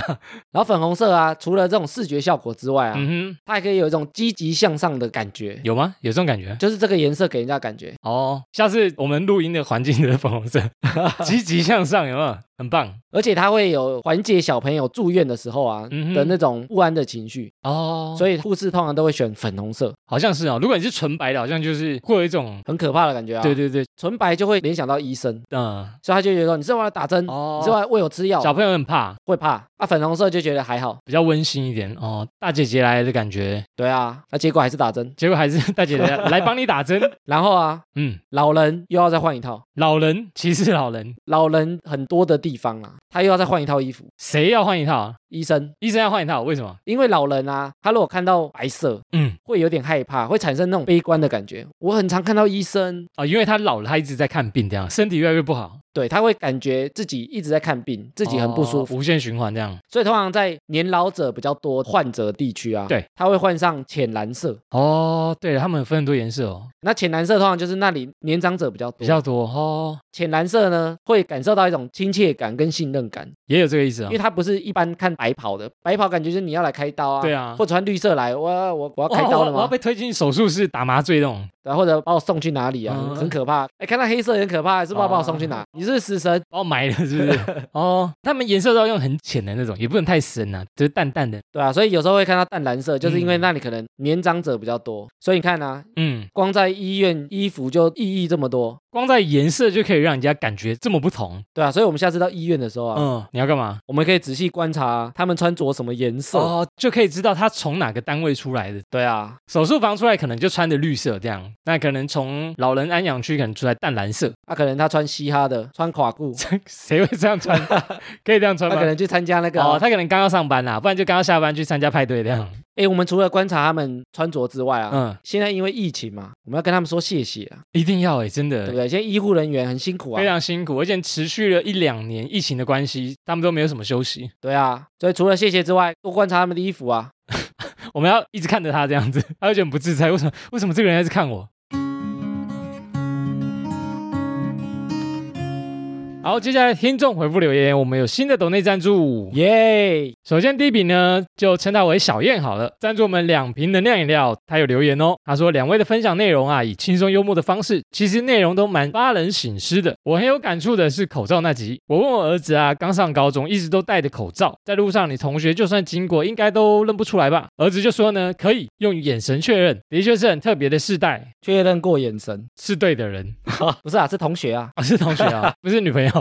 S2: 然后粉红色啊，除了这种视觉效果之外啊，
S1: 嗯
S2: 它还可以有一种积极向上的感觉
S1: 哼，，有吗？有这种感觉？
S2: 就是这个颜色给人家感觉。
S1: <laughs> 哦，下次我们录音的环境的粉红色，积极向上，有没有？很棒
S2: 而且它会有缓解小朋友住院的时候啊、
S1: 嗯哼
S2: 的那种不安的情绪，
S1: 哦所以
S2: 所以护士通常都会选粉红色，
S1: 好像是哦，如果你是纯白的，好像就是会有一种，
S2: 很可怕的感觉啊。
S1: 对，对对，
S2: 纯白就会联想到医生，
S1: 嗯，
S2: 所以他就觉得说你是为了打针，嗯你
S1: 哦，
S2: 是为了喂我吃药，
S1: 小朋友很怕，
S2: 会怕啊。粉红色就觉得还好，
S1: 比较温馨一点哦，大姐姐来的感觉，
S2: 对啊，那、结果还是打针。
S1: 结果还是大姐姐来来帮你打针，
S2: 然后啊，
S1: 嗯，
S2: 老人又要再换一套，
S1: 老人歧视老人，
S2: 老人很多的地方啊，他又要再换一套衣服。
S1: 谁要换一套啊？
S2: 医生，
S1: 医生要换一套，为什么？
S2: 因为老人啊，他如果看到白色，
S1: 嗯，
S2: 会有点害怕，会产生那种悲观的感觉。我很常看到医生，
S1: 哦，因为他老了，他一直在看病，这样身体越来越不好，
S2: 对他会感觉自己一直在看病，自己很不舒服，
S1: 哦无限循环这样。
S2: 所以通常在年老者比较多患者地区啊，
S1: 对，
S2: 他会换上浅蓝色。
S1: 哦，对了，他们有分很多颜色哦，
S2: 那浅蓝色通常就是那里年长者比较多，
S1: 比较多哦，
S2: 浅蓝色呢会感受到一种亲切感跟信任感，
S1: 也有这个意思啊
S2: 因为。他不是一般看白袍的，白袍感觉就是你要来开刀啊，
S1: 对啊
S2: 或穿绿色来，我我我要
S1: 哇
S2: 开
S1: 哦
S2: 刀
S1: 我
S2: 了
S1: 要我要
S2: 吗？
S1: 被推进手术室打麻醉那种，
S2: 然后或者把我送去哪里啊？
S1: 嗯
S2: 很可怕，哎，看到黑色也很可怕，是不是要把我送去哪
S1: 哦？
S2: 你是不是死神？
S1: 把我埋了是不
S2: <laughs>
S1: 是？哦，他们颜色都要用很浅的那种，也不能太深啊，就是淡淡的。
S2: 对啊，所以有时候会看到淡蓝色，就是因为
S1: 嗯
S2: 那里可能年长者比较多，所以你看啊，
S1: 嗯，
S2: 光在医院衣服就意义这么多，
S1: 光在颜色就可以让人家感觉这么不同。
S2: 对啊，所以我们下次到医院的时候啊，
S1: 嗯，你要干嘛？
S2: 我们可以仔细观察他们穿着什么颜色。
S1: 哦，就可以知道他从哪个单位出来的。
S2: 对啊，
S1: 手术房出来可能就穿的绿色这样，那可能从老人安养区可能出来淡蓝色，
S2: 他、啊可能他穿嘻哈的，穿
S1: <laughs>
S2: 垮裤，
S1: 谁会这样
S2: <laughs>
S1: 穿？可以这样穿
S2: 他
S1: 吗
S2: 可？能去参加那个、
S1: 哦，
S2: 啊。
S1: 他可能刚要上班啦，不然就刚要下班去参加派对这样。
S2: 哎、我们除了观察他们穿着之外啊，
S1: 嗯，
S2: 现在因为疫情嘛，我们要跟他们说谢谢啊，
S1: 一定要哎，真
S2: 对啊不
S1: 的。
S2: 对？现在医护人员很辛苦啊
S1: 非，常辛苦，而且持续了一两年疫情的关系，他们都没有什么休息。
S2: 对啊，所以除了谢谢之外，多观察他们的衣服啊。
S1: 我们要一直看着他这样子， <laughs> 他就觉得很不自在。为什么？为什么这个人还是看我？好，接下来听众回复留言，我们有新的抖内赞助。
S2: 耶、
S1: 首先第一笔呢，就称它为小燕好了。赞助我们两瓶能量饮料，他有留言哦。他说两位的分享内容啊，以轻松幽默的方式，其实内容都蛮发人省思的。我很有感触的是口罩那集，我问我儿子啊，刚上高中，一直都戴着口罩，在路上你同学就算经过，应该都认不出来吧？儿子就说呢，可以用眼神确认，的确是很特别的世代，
S2: 确认过眼神，
S1: 是对的人
S2: 不是啊，是同学啊。
S1: 啊，是同学啊，不是女朋友。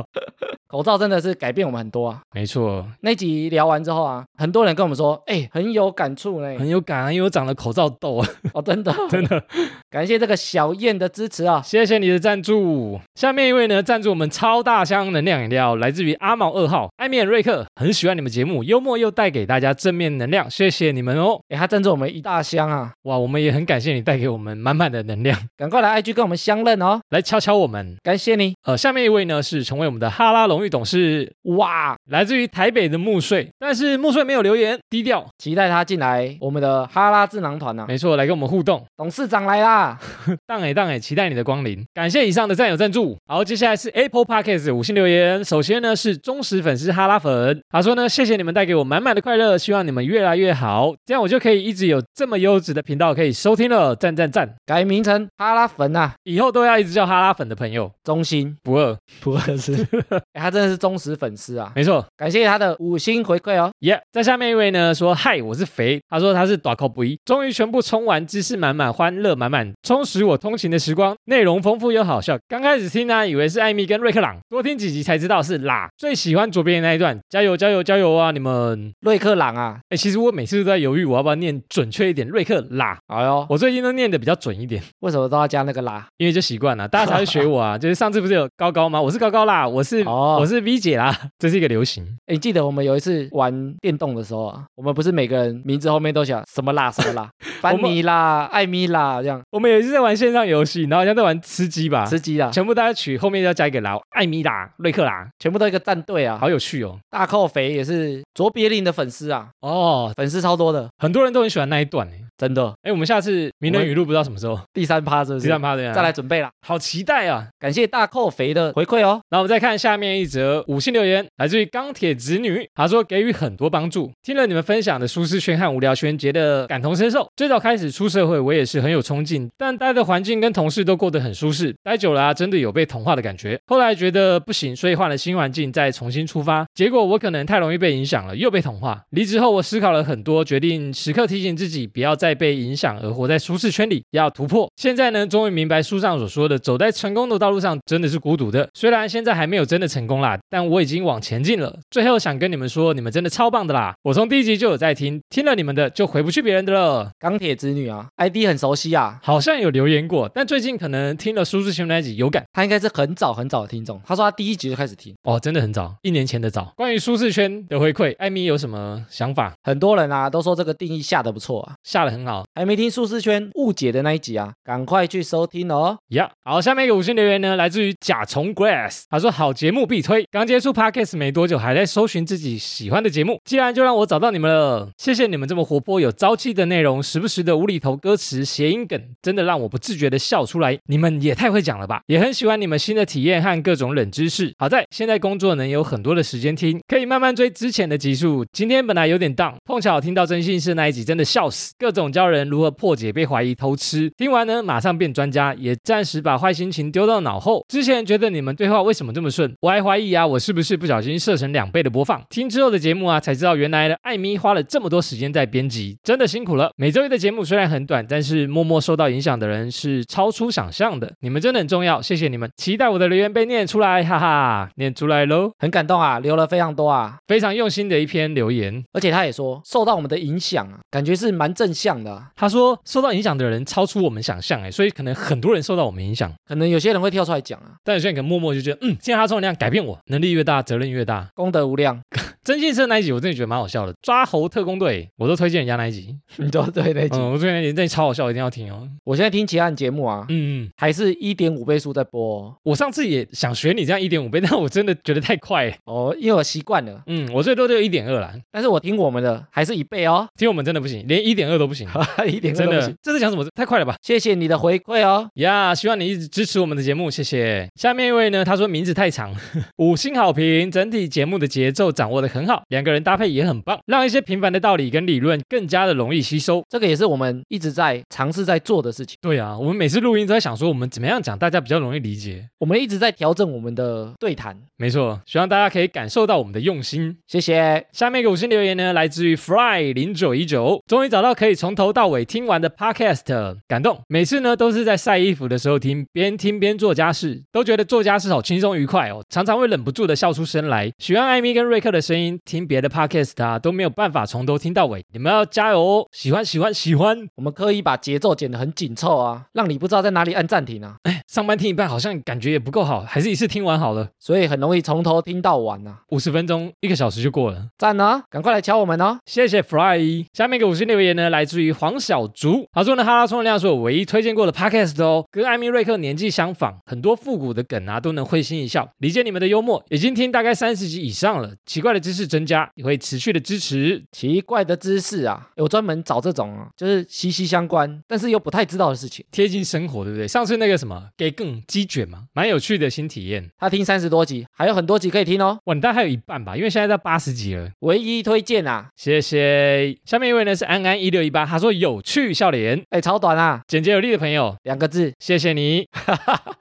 S2: 口罩真的是改变我们很多啊。
S1: 没错，
S2: 那集聊完之后啊，很多人跟我们说，哎、很有感触呢。
S1: 很有感啊，因为我长了口罩痘啊，
S2: 哦，真的，
S1: <laughs> 真的。
S2: 感谢这个小燕的支持啊。
S1: 谢谢你的赞助。下面一位呢，赞助我们超大箱能量饮料，来自于阿毛二号艾米尔瑞克，很喜欢你们节目，幽默又带给大家正面能量，谢谢你们哦。
S2: 哎，他赞助我们一大箱啊，
S1: 哇，我们也很感谢你带给我们满满的能量，
S2: 赶快来 IG 跟我们相认哦，
S1: 来敲敲我们。
S2: 感谢你。
S1: 呃，下面一位呢是成为我们的哈拉荣誉董事，
S2: 哇，
S1: 来自于台北的木穗，但是木穗没有留言，低调。
S2: 期待他进来我们的哈拉智囊团呐、啊，
S1: 没错，来跟我们互动，
S2: 董事长来啦。 <laughs>
S1: 当哎当哎，期待你的光临，感谢以上的战友赞助。好，接下来是 Apple Podcast 的五星留言。首先呢是忠实粉丝哈拉粉，他说呢谢谢你们带给我满满的快乐，希望你们越来越好，这样我就可以一直有这么优质的频道可以收听了，赞赞赞！
S2: 改名成哈拉粉呐、啊，
S1: 以后都要一直叫哈拉粉的朋友
S2: 中心
S1: 不二，
S2: 不二 <laughs> 是，他真的是忠实粉丝啊，
S1: 没错。
S2: 感谢他的五星回馈哦。
S1: 耶、在下面一位呢说嗨，我是肥，他说他是短口不一，终于全部冲完，知识满满，欢乐满满，充实我通勤的时光，内容丰富又好笑。刚开始听呢、以为是艾米跟瑞克朗，多听几集才知道是啦。最喜欢左边的那一段，加油加油加油啊！你们，
S2: 瑞克朗啊，
S1: 哎，其实我每次都在犹豫，我要不要念准确一点，瑞克啦。
S2: 哎呦，
S1: 我最近都念的比较准一点， <laughs>
S2: 为什么都要加那个啦？
S1: 因为就习惯了，大家才会学我啊。就是上次不是有高高吗？我是高高啦，我是、
S2: 哦
S1: 我是 V 姐啦，这是一个流行。
S2: 哎，你记得我们有一次玩电动的时候啊，我们不是每个人名字后面都写啊什么啦什么
S1: <laughs>
S2: 啦，班尼啦、艾米啦这样，
S1: 我们有一次在玩线上游戏，然后好像在玩吃鸡吧，
S2: 吃鸡啦，
S1: <laughs> 全部大家取后面要加一个啦，艾米啦、瑞克啦，
S2: 全部都一个战队啊。
S1: 好有趣哦。
S2: 大扣肥也是卓别林的粉丝啊，
S1: 哦，
S2: 粉丝超多的，
S1: 很多人都很喜欢那一段诶，
S2: 真的。
S1: 哎，我们下次名人
S2: 我们
S1: 语录不知道什么时候，
S2: 第三趴是不是？
S1: 第三趴对啊，
S2: 再来，准备啦。
S1: 好期待啊！
S2: 感谢大扣肥的回馈哦。
S1: 那我们再看下面一则五星留言，来自于钢铁直女，她说给予很多帮助，听了你们分享的舒适圈和无聊圈，觉得感同身受。最早开始出社会，我也是很有冲劲，但待的环境跟同事都过得很舒适，待久了啊，真的有被同化的感觉。后来觉得不行，所以换了新环境，再重新出发。结果我可能太容易被影响了，又被同化。离职后，我思考了很多，决定时刻提醒自己不要再被影响而活在舒适圈里，要突破。现在呢，终于明白书上所说的，走在成功的道路上真的是孤独的。虽然现在还没有真的成功啦，但我已经往前进了。最后想跟你们说，你们真的超棒的啦！我从第一集就有在听，听了你们的就回不去别人的了。
S2: 钢铁直女啊，ID 很熟悉啊，
S1: 好像有留言过，但最近可能听了舒适圈那一集有感
S2: 她应该是很早很早的听众。她说她第一集就开始听，
S1: 哦，真的很早，一年前的早。关于舒适圈的回馈，艾米有什么想法？
S2: 很多人啊都说这个定义下的不错啊。
S1: 下的很好
S2: 还没听舒适圈误解的那一集啊，赶快去收听哦。
S1: 呀。好，下面一个五星留言呢，来自于甲虫 Grass，他说好节目必推，刚接触 Podcast 没多久，还在搜寻自己喜欢的节目，既然就让我找到你们了。谢谢你们这么活泼有朝气的内容，时不时的无厘头歌词、谐音梗，真的让我不自觉的笑出来。你们也太会讲了吧！也很喜欢你们新的体验和各种冷知识。好在现在工作能有很多的时间听，可以慢慢追之前的集数。今天本来有点 down，碰巧听到真心是那一集，真的笑死。各种教人如何破解被怀疑偷吃，听完呢马上变专家，也暂时把坏心情丢到脑后。之前觉得你们对话为什么这么顺，我还怀疑啊，我是不是不小心设成两倍的播放？听之后的节目啊，才知道原来的艾米花了这么多时间在编辑，真的辛苦了。每周一的节目虽然很短，但是默默受到影响的人是超出想象的。你们真的很重要，谢谢你们！期待我的留言被念出来，哈哈，念出来喽！
S2: 很感动啊，留了非常多啊，
S1: 非常用心的一篇留言。
S2: 而且她也说受到我们的影响啊，感觉是蛮正向的、啊。
S1: 他说，受到影响的人超出我们想象，哎，所以可能很多人受到我们影响，
S2: 可能有些人会跳出来讲啊，
S1: 但有些人可能默默就觉得，嗯，既然他充能量改变我，能力越大，责任越大。
S2: 功德无量， <laughs>
S1: 真心社那一集我真的觉得蛮好笑的，抓猴特工队我都推荐人家那一集，
S2: 你都对那集。
S1: 嗯，我推荐那一集真的超好笑，一定要听哦。
S2: 我现在听其他的节目啊，
S1: 嗯嗯，
S2: 还是一点五倍速在播哦
S1: 我上次也想学你这样一点五倍，但我真的觉得太快，欸
S2: 哦，因为我习惯了。
S1: 嗯，我最多就一点二啦，
S2: 但是我听我们的还是一倍哦， <laughs>
S1: 听我们真的不行，连 <laughs> 一点二都不行，
S2: 一点
S1: 真
S2: 真
S1: 的
S2: 的。，
S1: 这是讲什么？太快了吧！
S2: 谢谢你的回馈哦，
S1: 呀希望你一直支持我们的节目，谢谢。下面一位呢，他说名字太长， <laughs> 五星好评，整体节目的节奏掌握的很好，两个人搭配也很棒，让一些平凡的道理跟理论更加的容易吸收。
S2: 这个也是我们一直在尝试在做的事情。
S1: 对啊，我们每次录音都在想说，我们怎么样讲大家比较容易理解。
S2: 我们一直在调整我们的对谈。
S1: 没错，希望大家可以感受到我们的用心。
S2: 谢谢，
S1: 下面一个五星留言呢，来自于 Fry 零九一九，终于找到可以从头到尾听完的 Podcast，感动。每次呢都是在晒衣服的时候听，边听边做家事，都觉得做家事好轻松愉快哦，常常会忍不住的笑出声来。喜欢艾米跟瑞克的声音，听别的 Podcast 啊都没有办法从头听到尾，你们要加油哦！喜欢喜欢喜欢，
S2: 我们刻意把节奏剪得很紧凑啊，让你不知道在哪里按暂停啊， <laughs>
S1: 上班听一半好像感觉也不够好，还是一次听完好了，
S2: 所以很容易从头听到晚啊。
S1: 五十分钟一个小时就过了。
S2: 赞啊，赶快来瞧我们哦。
S1: 谢谢 Fry。下面一个五星留言呢，来自于黄小竹，他说呢，哈拉充能量是我唯一推荐过的 podcast 哦，跟艾米瑞克年纪相仿，很多复古的梗啊都能会心一笑，理解你们的幽默，已经听大概三十集以上了，奇怪的知识增加，也会持续的支持。
S2: 奇怪的知识啊，我专门找这种啊，就是息息相关，但是又不太知道的事情。
S1: 贴近生活，对不对？上次那个什么给更鸡卷嘛，蛮有趣的新体验。
S2: 他听三十多集，还有很多集可以听哦。
S1: 哇，你大概还有一半吧，因为现在到八十集了。
S2: 唯一推荐啊，
S1: 谢谢。下面一位呢是安安一六一八，他说有趣笑脸，
S2: 哎，超短啊，
S1: 简洁有力的朋友，
S2: 两个字，
S1: 谢谢你， <laughs>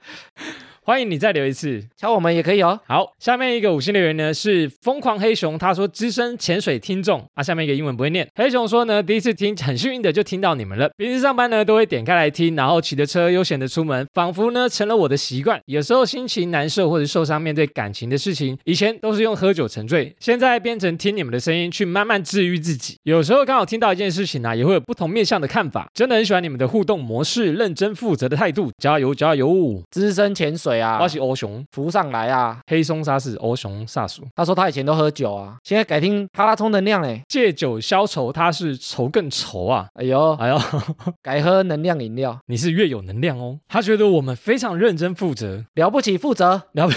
S1: 欢迎你再留一次。
S2: 瞧我们也可以哦。
S1: 好，下面一个五星留言呢是疯狂黑熊，他说资深潜水听众啊，下面一个英文不会念。黑熊说呢，第一次听很幸运的就听到你们了，平时上班呢都会点开来听，然后骑着车悠闲的出门，仿佛呢成了我的习惯。有时候心情难受或者受伤，面对感情的事情，以前都是用喝酒沉醉，现在变成听你们的声音去慢慢治愈自己。有时候刚好听到一件事情啊，也会有不同面向的看法，真的很喜欢你们的互动模式，认真负责的态度，加油加油！
S2: 资深潜水啊
S1: 我，是欧熊，
S2: 浮上来啊。
S1: 黑松沙是欧熊萨属。
S2: 他说他以前都喝酒啊，现在改听哈拉充能量哎嘞。
S1: 借酒消愁，他是愁更愁啊！
S2: 哎呦，
S1: 哎呦， <laughs>
S2: 改喝能量饮料，
S1: 你是越有能量哦。他觉得我们非常认真负责， <laughs>
S2: 了不起负责。
S1: 了不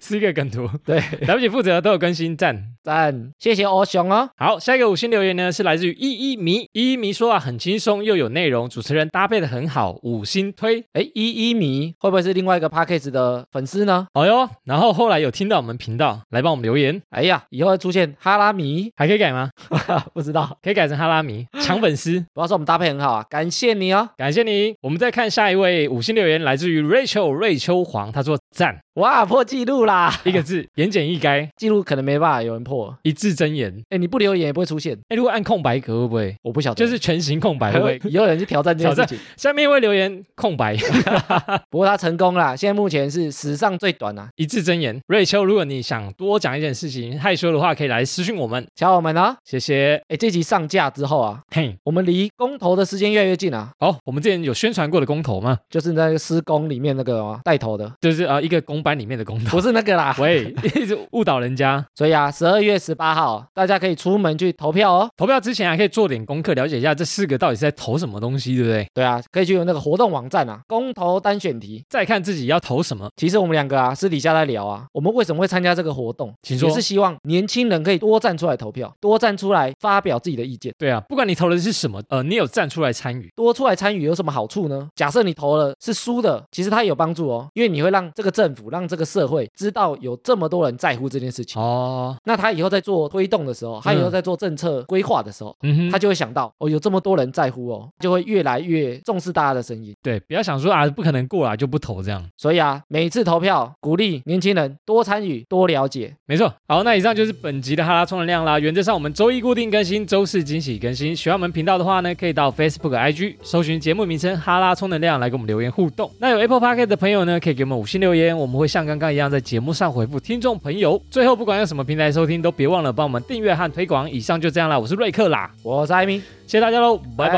S1: 是一个梗图，
S2: 对，
S1: 了不起负责都有更新赞。
S2: 赞，谢谢欧熊哦。
S1: 好，下一个五星留言呢是来自于一一迷，一一迷说啊很轻松又有内容，主持人搭配的很好，五星推。
S2: 哎，一一迷会不会是另外一个 p a c k a g e 的粉丝呢？
S1: 哎呦，然后后来有听到我们频道来帮我们留言，
S2: 哎呀，以后会出现哈拉迷，
S1: 还可以改吗？
S2: <laughs> 不知道。
S1: 可以改成哈拉米，抢粉丝，
S2: 主要是我们搭配很好啊，感谢你哦。
S1: 感谢你。我们再看下一位五星留言，来自于 Rachel 瑞秋黄，他说赞，
S2: 哇，破纪录啦！
S1: 一个字，言简意赅，
S2: 记录可能没办法有人破。
S1: 一字真言。
S2: 哎，你不留言也不会出现，
S1: 哎，如果按空白格会不会？
S2: 我不晓得。
S1: 就是全形空白会不 <laughs> 会？
S2: 以后有人去挑战这件事情。
S1: 下面一位留言空白， <laughs>
S2: 不过他成功啦，现在目前是史上最短啊，
S1: 一字真言。瑞秋，如果你想多讲一点事情，害羞的话，可以来私讯我们，
S2: 瞧我们啊！
S1: 谢谢。
S2: 哎，这集上架之后啊，
S1: 嘿，
S2: 我们离公投的时间越来越近啊，
S1: 哦，我们之前有宣传过的公投吗？
S2: 就是那个施工里面那个、哦、带头的，
S1: 就是啊、呃一个公班里面的公投。
S2: <laughs> 不是那个啦。
S1: <laughs> 喂，一直误导人家。
S2: 所以啊，十二月十八号大家可以出门去投票哦。
S1: 投票之前还可以做点功课，了解一下这四个到底是在投什么东西，对不对？
S2: 对啊，可以去有那个活动网站啊，公投单选题。
S1: 再看自己要投什么。
S2: 其实我们两个啊私底下在聊啊，我们为什么会参加这个活动，
S1: 请说
S2: 也是希望年轻人可以多站出来投票，多站出来发表自己的意见，
S1: 对啊，不管你投的是什么，呃，你有站出来参与，
S2: 多出来参与有什么好处呢？假设你投了是输的，其实它也有帮助哦，因为你会让这个政府、让这个社会知道有这么多人在乎这件事情。
S1: 哦，
S2: 那他以后在做推动的时候，他以后
S1: 嗯
S2: 在做政策规划的时候，
S1: 嗯哼，
S2: 他
S1: 他
S2: 就会想到哦，有这么多人在乎哦，就会越来越重视大家的声音。
S1: 对，不要想说啊，不可能过来就不投这样。
S2: 所以啊，每一次投票鼓励年轻人多参与、多了解。
S1: 没错，好，那以上就是本集的哈拉充能量啦。原则上我们周一固定更新，周四惊喜更新。喜欢我们频道的话呢，可以到 Facebook、IG 搜寻节目名称“哈拉充能量”来跟我们留言互动。那有 Apple p o c k e t 的朋友呢，可以给我们五星留言，我们会像刚刚一样在节目上回复听众朋友。最后，不管用什么平台收听，都别忘了帮我们订阅和推广。以上就这样啦，我是瑞克啦，
S2: 我是艾米，
S1: 谢谢大家喽，拜
S2: 拜
S1: 拜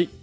S2: 拜